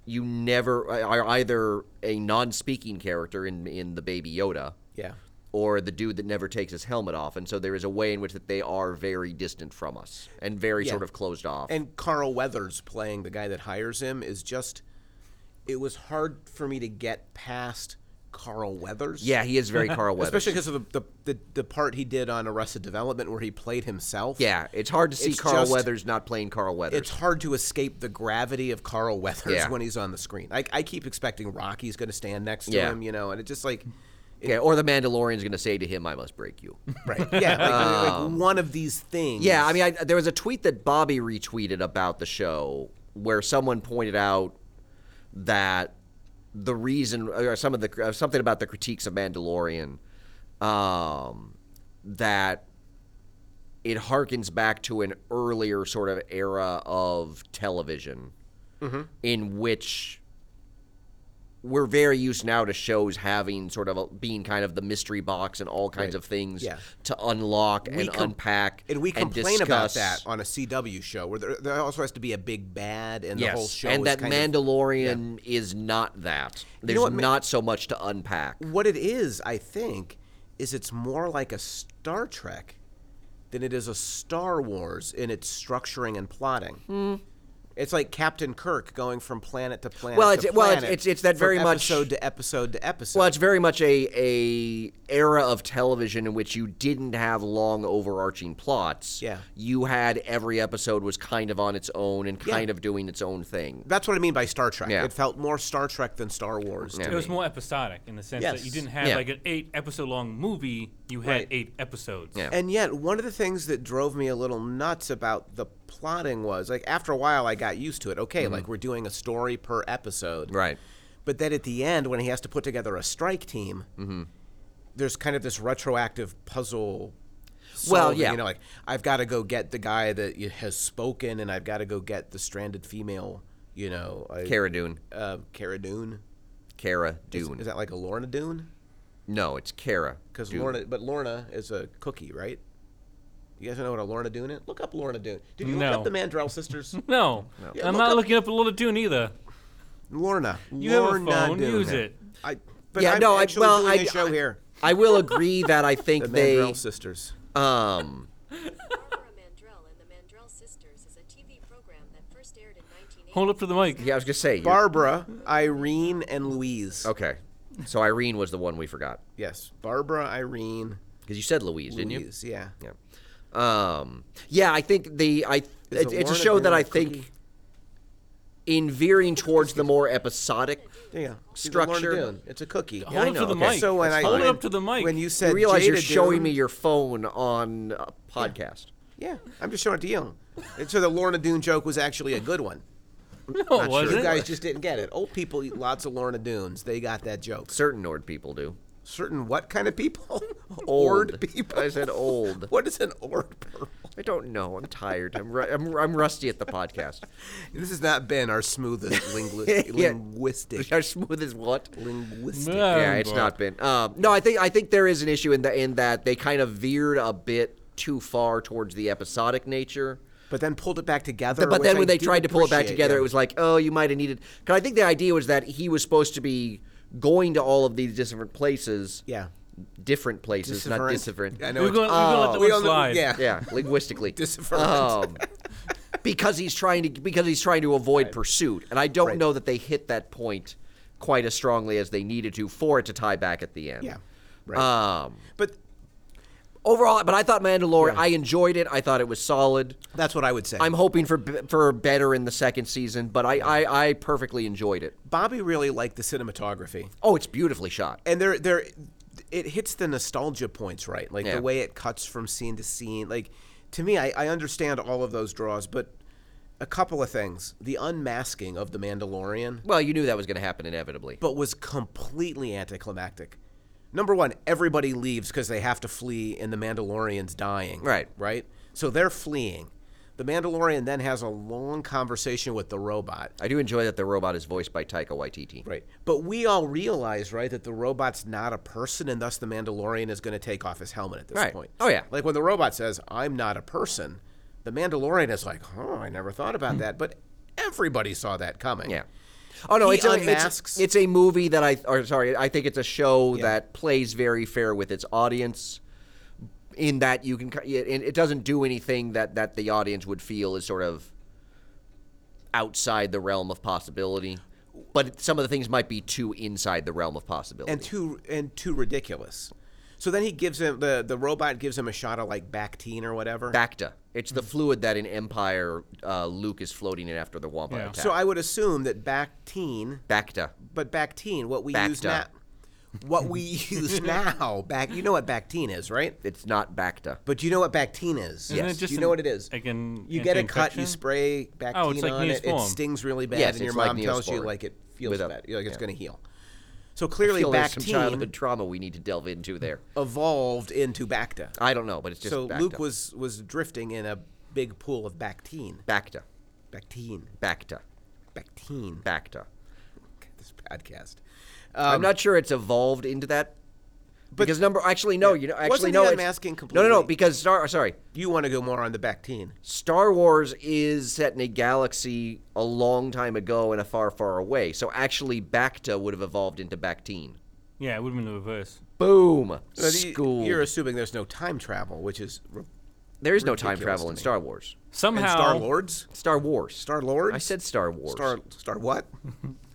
B: you never e, are either a non-speaking character in in the Baby Yoda,
C: Yeah.
B: or the dude that never takes his helmet off, and so there is a way in which that they are very distant from us and very
C: Yeah.
B: sort of closed off.
C: And Carl Weathers playing the guy that hires him is just it was hard for me to get past Carl Weathers.
B: yeah, he is very Carl Weathers.
C: Especially because of the, the, the, the part he did on Arrested Development where he played himself.
B: Yeah, it's hard to see
C: It's
B: Carl
C: just-
B: Weathers not playing Carl Weathers.
C: It's hard to escape the gravity of Carl Weathers
B: Yeah.
C: when he's on the screen. I, I keep expecting Rocky's going to stand next to
B: Yeah.
C: him, you know, and it just like,
B: yeah, or the Mandalorian's going to say to him, "I must break you."
C: right? Yeah, like, like one of these things.
B: Um, yeah, I mean, I, there was a tweet that Bobby retweeted about the show where someone pointed out that the reason or some of the uh, something about the critiques of Mandalorian um, that it harkens back to an earlier sort of era of television
C: Mm-hmm.
B: in which we're very used now to shows having sort of a, being kind of the mystery box and all kinds of things
C: Yeah.
B: to unlock and
C: com-
B: unpack
C: and we complain about
B: discuss.
C: that on a CW show where there, there also has to be a big bad and
B: Yes,
C: the whole show.
B: and
C: is
B: that
C: kind of-
B: Mandalorian is not that. There's
C: what ma-
B: not so much to unpack.
C: what it is, I think, is it's more like a Star Trek than it is a Star Wars in its structuring and plotting.
B: Hmm.
C: It's like Captain Kirk going from planet to planet.
B: Well,
C: to
B: it's- well, it's-
C: planet,
B: it's- it's that
C: from
B: very much-
C: episode to episode to episode.
B: Well, it's very much a a era of television in which you didn't have long overarching plots.
C: Yeah.
B: you had every episode was kind of on its own and
C: Yeah.
B: kind of doing its own thing.
C: That's what I mean by Star Trek.
B: Yeah.
C: It felt more Star Trek than Star Wars.
B: Yeah.
C: To
A: It
C: me.
A: was more episodic in the sense that you
C: Yes.
A: didn't have
B: Yeah.
A: like an eight episode long movie. You had
C: Right.
A: eight episodes.
B: Yeah.
C: And yet, one of the things that drove me a little nuts about the plotting was like after a while, I got used to it. Okay, like we're doing a story per episode,
B: Mm-hmm. Right.
C: But then at the end, when he has to put together a strike team,
B: Mm-hmm.
C: there's kind of this retroactive puzzle.
B: Well,
C: solving,
B: yeah.
C: you know, like I've got to go get the guy that y- has spoken, and I've got to go get the stranded female. You know, I-
B: Cara Dune,
C: uh, Cara Dune.
B: Cara
C: Is,
B: Dune.
C: is that like a Lorna Dune?
B: no, it's Cara.
C: Because
B: Dune.
C: Lorna, but Lorna is a cookie, right? You guys know what a Lorna Doone is? Look up Lorna Doone. Did you look
A: No.
C: up the Mandrell sisters?
A: No,
C: Yeah,
A: I'm
C: look
A: not
C: up-
A: looking up a little tune either.
C: Lorna.
A: You
C: Lorna
A: have a phone,
C: Doone.
A: use it.
C: I, but
B: yeah,
C: I'm
B: no, I
C: actually
B: well,
C: doing
B: I,
C: a show
B: I-
C: here.
B: I will agree that I think
C: The
B: they
C: Mandrell sisters.
B: um
D: Laura Mandrell and the Mandrell Sisters is a TV program that first aired in 1980.
A: Hold up to the mic.
B: yeah, I was going to say you-
C: Barbara, Irene, and Louise.
B: Okay. So Irene was the one we forgot
C: Yes, Barbara, Irene,
B: cuz you said Louise, didn't you?
C: Louise. Yeah.
B: Yeah. Um, yeah, I think the I
C: Is
B: it,
C: the
B: it's a
C: Lorna
B: show that
C: Doone
B: I
C: a
B: think
C: cookie?
B: in veering towards the more episodic.
C: Yeah. She's a Lorna
B: Structure.
C: Doone. It's a cookie.
A: Hold
B: I
A: it
B: know,
A: to the
B: okay.
A: mic.
C: So when I
A: Hold it
C: when-
A: up to the mic.
C: when you
B: I
C: said
B: realize you're
C: Jada
B: showing
C: Doone-
B: me your phone on a podcast.
C: Yeah, I'm just showing it to you. And so the Lorna Doone joke was actually a good one.
A: no, it wasn't.
C: You guys just didn't get it. Old people eat lots of Lorna Doones. They got that joke.
B: Certain Nord people do.
C: Certain what kind of people?
B: Old
C: Ord people.
B: I said old.
C: What is an ord purple?
B: I don't know. I'm tired. I'm ru- I'm, I'm rusty at the podcast.
C: This has not been our smoothest lingui-
B: Yeah.
C: linguistic.
B: How smooth as what?
C: Linguistic.
A: Yeah.
B: yeah, it's
A: but-
B: not been. Um, no, I think I think there is an issue in the in that they kind of veered a bit too far towards the episodic nature.
C: But then pulled it back together.
B: But
C: which
B: then
C: I
B: when they
C: do
B: tried to pull it back
C: appreciate,
B: together,
C: yeah.
B: it was like, oh, you might have needed. Because I think the idea was that he was supposed to be going to all of these different places.
C: Yeah.
B: Different places, not different.
C: I know.
A: we're
C: it's-
A: going
C: Oh.
A: to let that
C: we
A: one
C: don't know-
A: slide.
C: Yeah.
B: Yeah, linguistically.
C: Different.
B: Um, because he's trying to because he's trying to avoid pursuit, and I don't
C: Right.
B: know that they hit that point quite as strongly as they needed to for it to tie back at the end.
C: Yeah. Right.
B: Um,
C: but
B: overall, but I thought Mandalorian. I enjoyed it. I thought it was solid.
C: that's what I would say.
B: I'm hoping for b- for better in the second season, but I, I, I perfectly enjoyed it.
C: Bobby really liked the cinematography.
B: Oh, it's beautifully shot.
C: and there there it hits the nostalgia points right like
B: Yeah.
C: the way it cuts from scene to scene like to me I, I understand all of those draws but a couple of things the unmasking of the mandalorian
B: Well, you knew that was going to happen inevitably.
C: but was completely anticlimactic number one everybody leaves because they have to flee and the mandalorian's dying
B: Right.
C: right so they're fleeing the mandalorian then has a long conversation with the robot
B: I do enjoy that the robot is voiced by Taika Waititi.
C: Right. But we all realize, right, that the robot's not a person, and thus the Mandalorian is going to take off his helmet at this
B: Right.
C: point.
B: Oh, yeah.
C: Like when the robot says, I'm not a person, the Mandalorian is like, oh, I never thought about that. But everybody saw that coming.
B: Hmm. Yeah. Oh no,
C: He
B: it's a,
C: unmasks.
B: it's it's a movie that I or sorry, I think it's a show that plays very fair with its audience. In that you can, ki- it, it doesn't do anything that that the audience would feel is sort of outside the realm of possibility. But some of the things might be too inside the realm of possibility.
C: And too and too ridiculous. So then he gives him the, the robot gives him a shot of like Bactine or whatever.
B: Bacta. It's
C: Mm.
B: the fluid that in Empire uh, Luke is floating in after the Wampa
A: Yeah.
B: attack.
C: so I would assume that Bactine
B: Bacta.
C: but Bactine, what we use now
B: Bacta.
C: what we use now, back you know what Bactine is, right?
B: It's not Bacta.
C: But you know what Bactine is?
A: Isn't
C: yes.
A: it just
C: you know
A: an-
C: what it is?
A: like an
C: you get a cut, you
A: anti-infection?
C: spray Bactine
A: Oh, it's like
C: on it. It
A: Neosporin.
C: stings really bad,
B: Yes,
C: and your
B: it's like
C: mom tells you
B: Neosporin.
C: like it feels
B: With a-
C: bad, like it's
B: yeah.
C: going to heal. So
B: I
C: clearly,
B: feel there's some childhood
C: Bactine
B: trauma we need to delve into there.
C: evolved into Bacta.
B: I don't know, but it's just
C: so
B: Bacta.
C: Luke was was drifting in a big pool of Bactine.
B: Bacta.
C: Bactine.
B: Bacta.
C: Bactine.
B: Bacta.
C: This podcast. Um,
B: I'm not sure it's evolved into that. because number actually no, you know
C: Wasn't
B: actually
C: the
B: no. it's-
C: unmasking
B: No, no, no.
C: completely-
B: Because Star sorry,
C: You want to go more on the Bactine?
B: Star Wars is set in a galaxy a long time ago and a far, far away. So actually, Bacta would have evolved into Bactine.
A: yeah, it would have been the reverse.
B: Boom.
C: So the-
B: School.
C: You're assuming there's no time travel, which is r-
B: There is no time
C: ridiculous
B: travel
C: to
B: in
C: me.
B: Star Wars.
A: Somehow,
C: and Star Lords.
B: Star Wars.
C: Star Lords.
B: I said Star Wars.
C: Star Star what?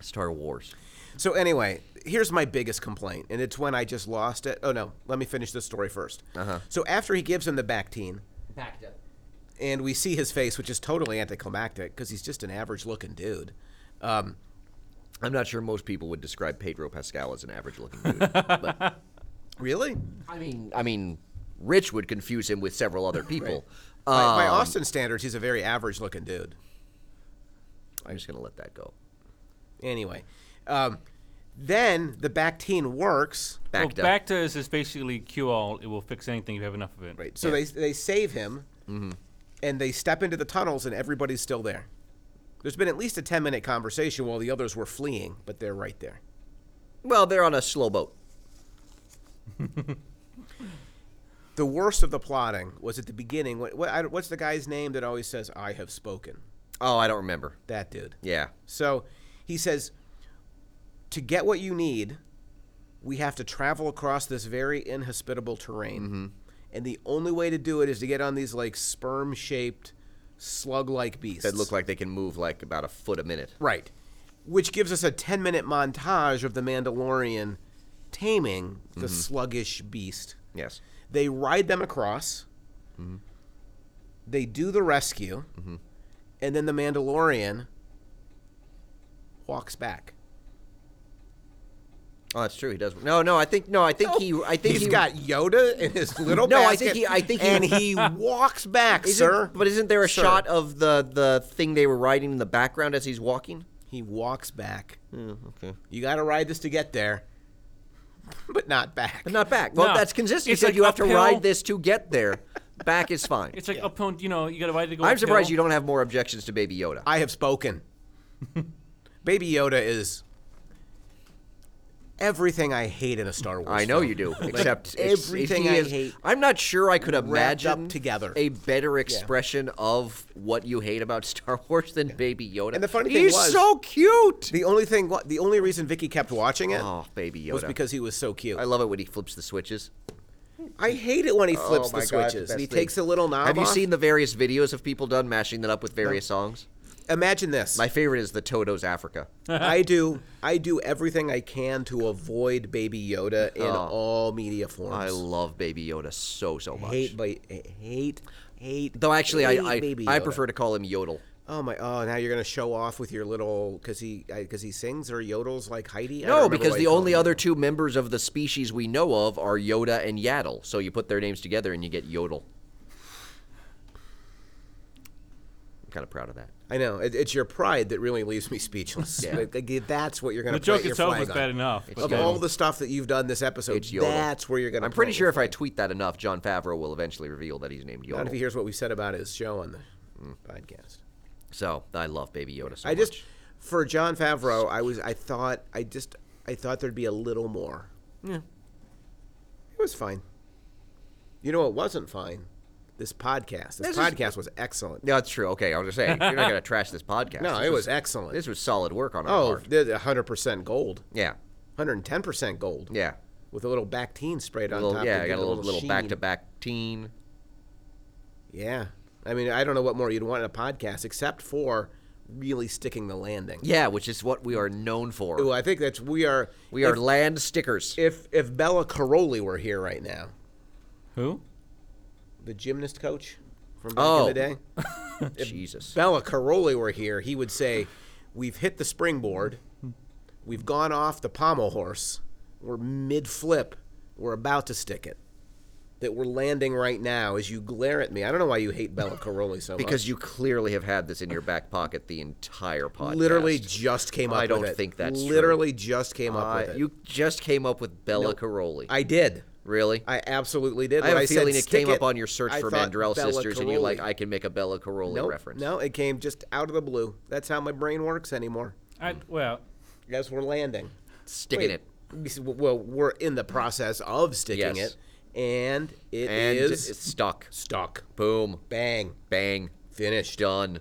B: Star Wars.
C: So anyway, here's my biggest complaint, and it's when I just lost it. Oh no, let me finish this story 1st Uh-huh. So after he gives him the Bactine,
B: Bacta.
C: and we see his face, which is totally anticlimactic because he's just an average-looking dude. Um,
B: I'm not sure most people would describe Pedro Pascal as an average-looking dude. but,
C: really?
B: I mean, I mean, Rich would confuse him with several other people.
C: by, by
B: Um,
C: Austin standards, he's a very average-looking dude.
B: I'm just gonna let that go.
C: Anyway, um, then the Bactine works.
A: well,
B: Bacta.
A: Bacta is just basically cure all. It will fix anything if you have enough of it.
C: Right. So they they save him, and they step into the tunnels, and everybody's still there. There's been at least a ten-minute conversation while the others were fleeing, but they're right there.
B: well, they're on a slow boat.
C: The worst of the plotting was at the beginning. What, what, I- what's the guy's name that always says, I have spoken?
B: Oh, I don't remember.
C: That dude.
B: Yeah.
C: So he says, To get what you need, we have to travel across this very inhospitable terrain.
B: Mm-hmm.
C: And the only way to do it is to get on these like sperm shaped, slug like beasts.
B: That look like they can move like about a foot a minute.
C: Right. Which gives us a 10 minute montage of the Mandalorian taming
B: Mm-hmm.
C: the sluggish beast.
B: Yes.
C: They ride them across.
B: Mm-hmm.
C: They do the rescue, and then the Mandalorian walks back.
B: Oh, that's true. He does. No, no. I think no. I think he. I think
C: He's
B: he
C: got Yoda in his little
B: No, I
C: basket.
B: think he- I think he-
C: and he walks back,
B: Isn't-
C: sir.
B: But isn't there a
C: Sir.
B: shot of the the thing they were riding in the background as he's walking?
C: He walks back. Hmm,
B: okay.
C: You got to ride this to get there, but not back.
B: But not back. Well,
A: No,
B: that's consistent. You
A: it's
B: said
A: like
B: you have to
A: uphill.
B: ride this to get there. Back is fine.
A: It's like upon you know you got to ride the. go
B: I'm
A: uphill.
B: surprised you don't have more objections to Baby Yoda.
C: I have spoken. Baby Yoda is everything I hate in a Star Wars.
B: I know
C: film.
B: you do, except it's-
C: everything
B: he
C: I
B: is-
C: hate
B: I'm not sure I could
C: wrapped
B: imagine
C: up together.
B: a better expression of what you hate about Star Wars than Baby Yoda.
C: And the funny thing
B: he's
C: was-
B: so cute.
C: The only thing, the only reason Vicky kept watching it
B: Oh, Baby Yoda.
C: was because he was so cute.
B: I love it when he flips the switches.
C: I hate it when he flips
B: Oh my
C: the
B: God,
C: switches.
B: best
C: he
B: thing.
C: takes a little knob.
B: Have you
C: off.
B: seen the various videos of people done mashing that up with various songs?
C: Imagine this.
B: My favorite is the Toto's Africa.
C: I do. I do everything I can to avoid Baby Yoda in
B: Oh.
C: all media forms.
B: I love Baby Yoda so so much.
C: hate, by, hate, hate.
B: Though actually,
C: hate
B: I I,
C: Baby
B: I
C: Yoda.
B: prefer to call him Yodel.
C: Oh my! Oh, now you're gonna show off with your little because he because he sings or yodels like Heidi. I don't
B: No,
C: remember
B: because
C: what you
B: the
C: call
B: only
C: him.
B: other two members of the species we know of are Yoda and Yaddle. So you put their names together and you get Yodel. I'm kind of proud of that.
C: I know it, it's your pride that really leaves me speechless.
B: Yeah.
C: Like, like, that's what you're gonna.
A: The joke
C: plant your
A: itself
C: flag
A: was
C: on.
A: bad enough.
B: It's
A: but
C: Of
B: Yodel.
C: all the stuff that you've done this episode,
B: It's Yodel.
C: that's where you're gonna.
B: I'm pretty
C: plant
B: sure
C: your
B: if I
C: flag.
B: tweet that enough, John Favreau will eventually reveal that he's named
C: Not if he
B: Yodel.
C: hears what we said about his show on the mm, podcast.
B: So I love Baby Yoda so
C: I just
B: much.
C: for John Favreau, I was I thought I just I thought there'd be a little more.
B: Yeah.
C: It was fine. You know what wasn't fine? This podcast. This,
B: This is-
C: podcast was excellent.
B: No, that's true. Okay, I was just saying you're not gonna trash this podcast.
C: No,
B: This
C: it was excellent.
B: This was solid work on our
C: Oh,
B: part.
C: there's 100% gold.
B: Yeah,
C: 110% gold.
B: yeah.
C: With a little Bactine sprayed on
B: Little-
C: top.
B: yeah,
C: to
B: I
C: give
B: got
C: it
B: a little little
C: sheen.
B: back to back teen.
C: Yeah. I mean, I don't know what more you'd want in a podcast except for really sticking the landing.
B: Yeah, which is what we are known for.
C: Ooh, I think that's we are
B: we are land stickers.
C: if if Bella Caroli were here right now,
A: who?
C: the gymnast coach from back
B: Oh.
C: in the day.
B: Jesus.
C: Bella Caroli were here, he would say, "We've hit the springboard, we've gone off the pommel horse, we're mid flip, we're about to stick it." That we're landing right now as you glare at me. I don't know why you hate Bella Caroli so much.
B: Because you clearly have had this in your back pocket the entire podcast.
C: literally just came up.
B: I don't
C: with it.
B: think that's true.
C: literally just came up
B: Uh,
C: with it.
B: you just came up with Bella Caroli.
C: I did.
B: really?
C: I absolutely did.
B: I have
C: When
B: a
C: said
B: feeling it
C: stick
B: came up on your search
C: I
B: for
C: thought
B: Mandrell
C: Bella
B: sisters, and you're like,
C: Caroli.
B: I can make a Bella Caroli
C: Nope,
B: reference.
C: No, it came just out of the blue. That's how my brain works anymore.
A: I, well,
C: As we're landing.
B: Sticking
C: Wait,
B: it.
C: we s- Well, we're in the process of sticking
B: Yes.
C: it, and it is
B: And it's stuck.
C: stuck.
B: Boom.
C: Bang.
B: Bang.
C: Finished.
B: Done.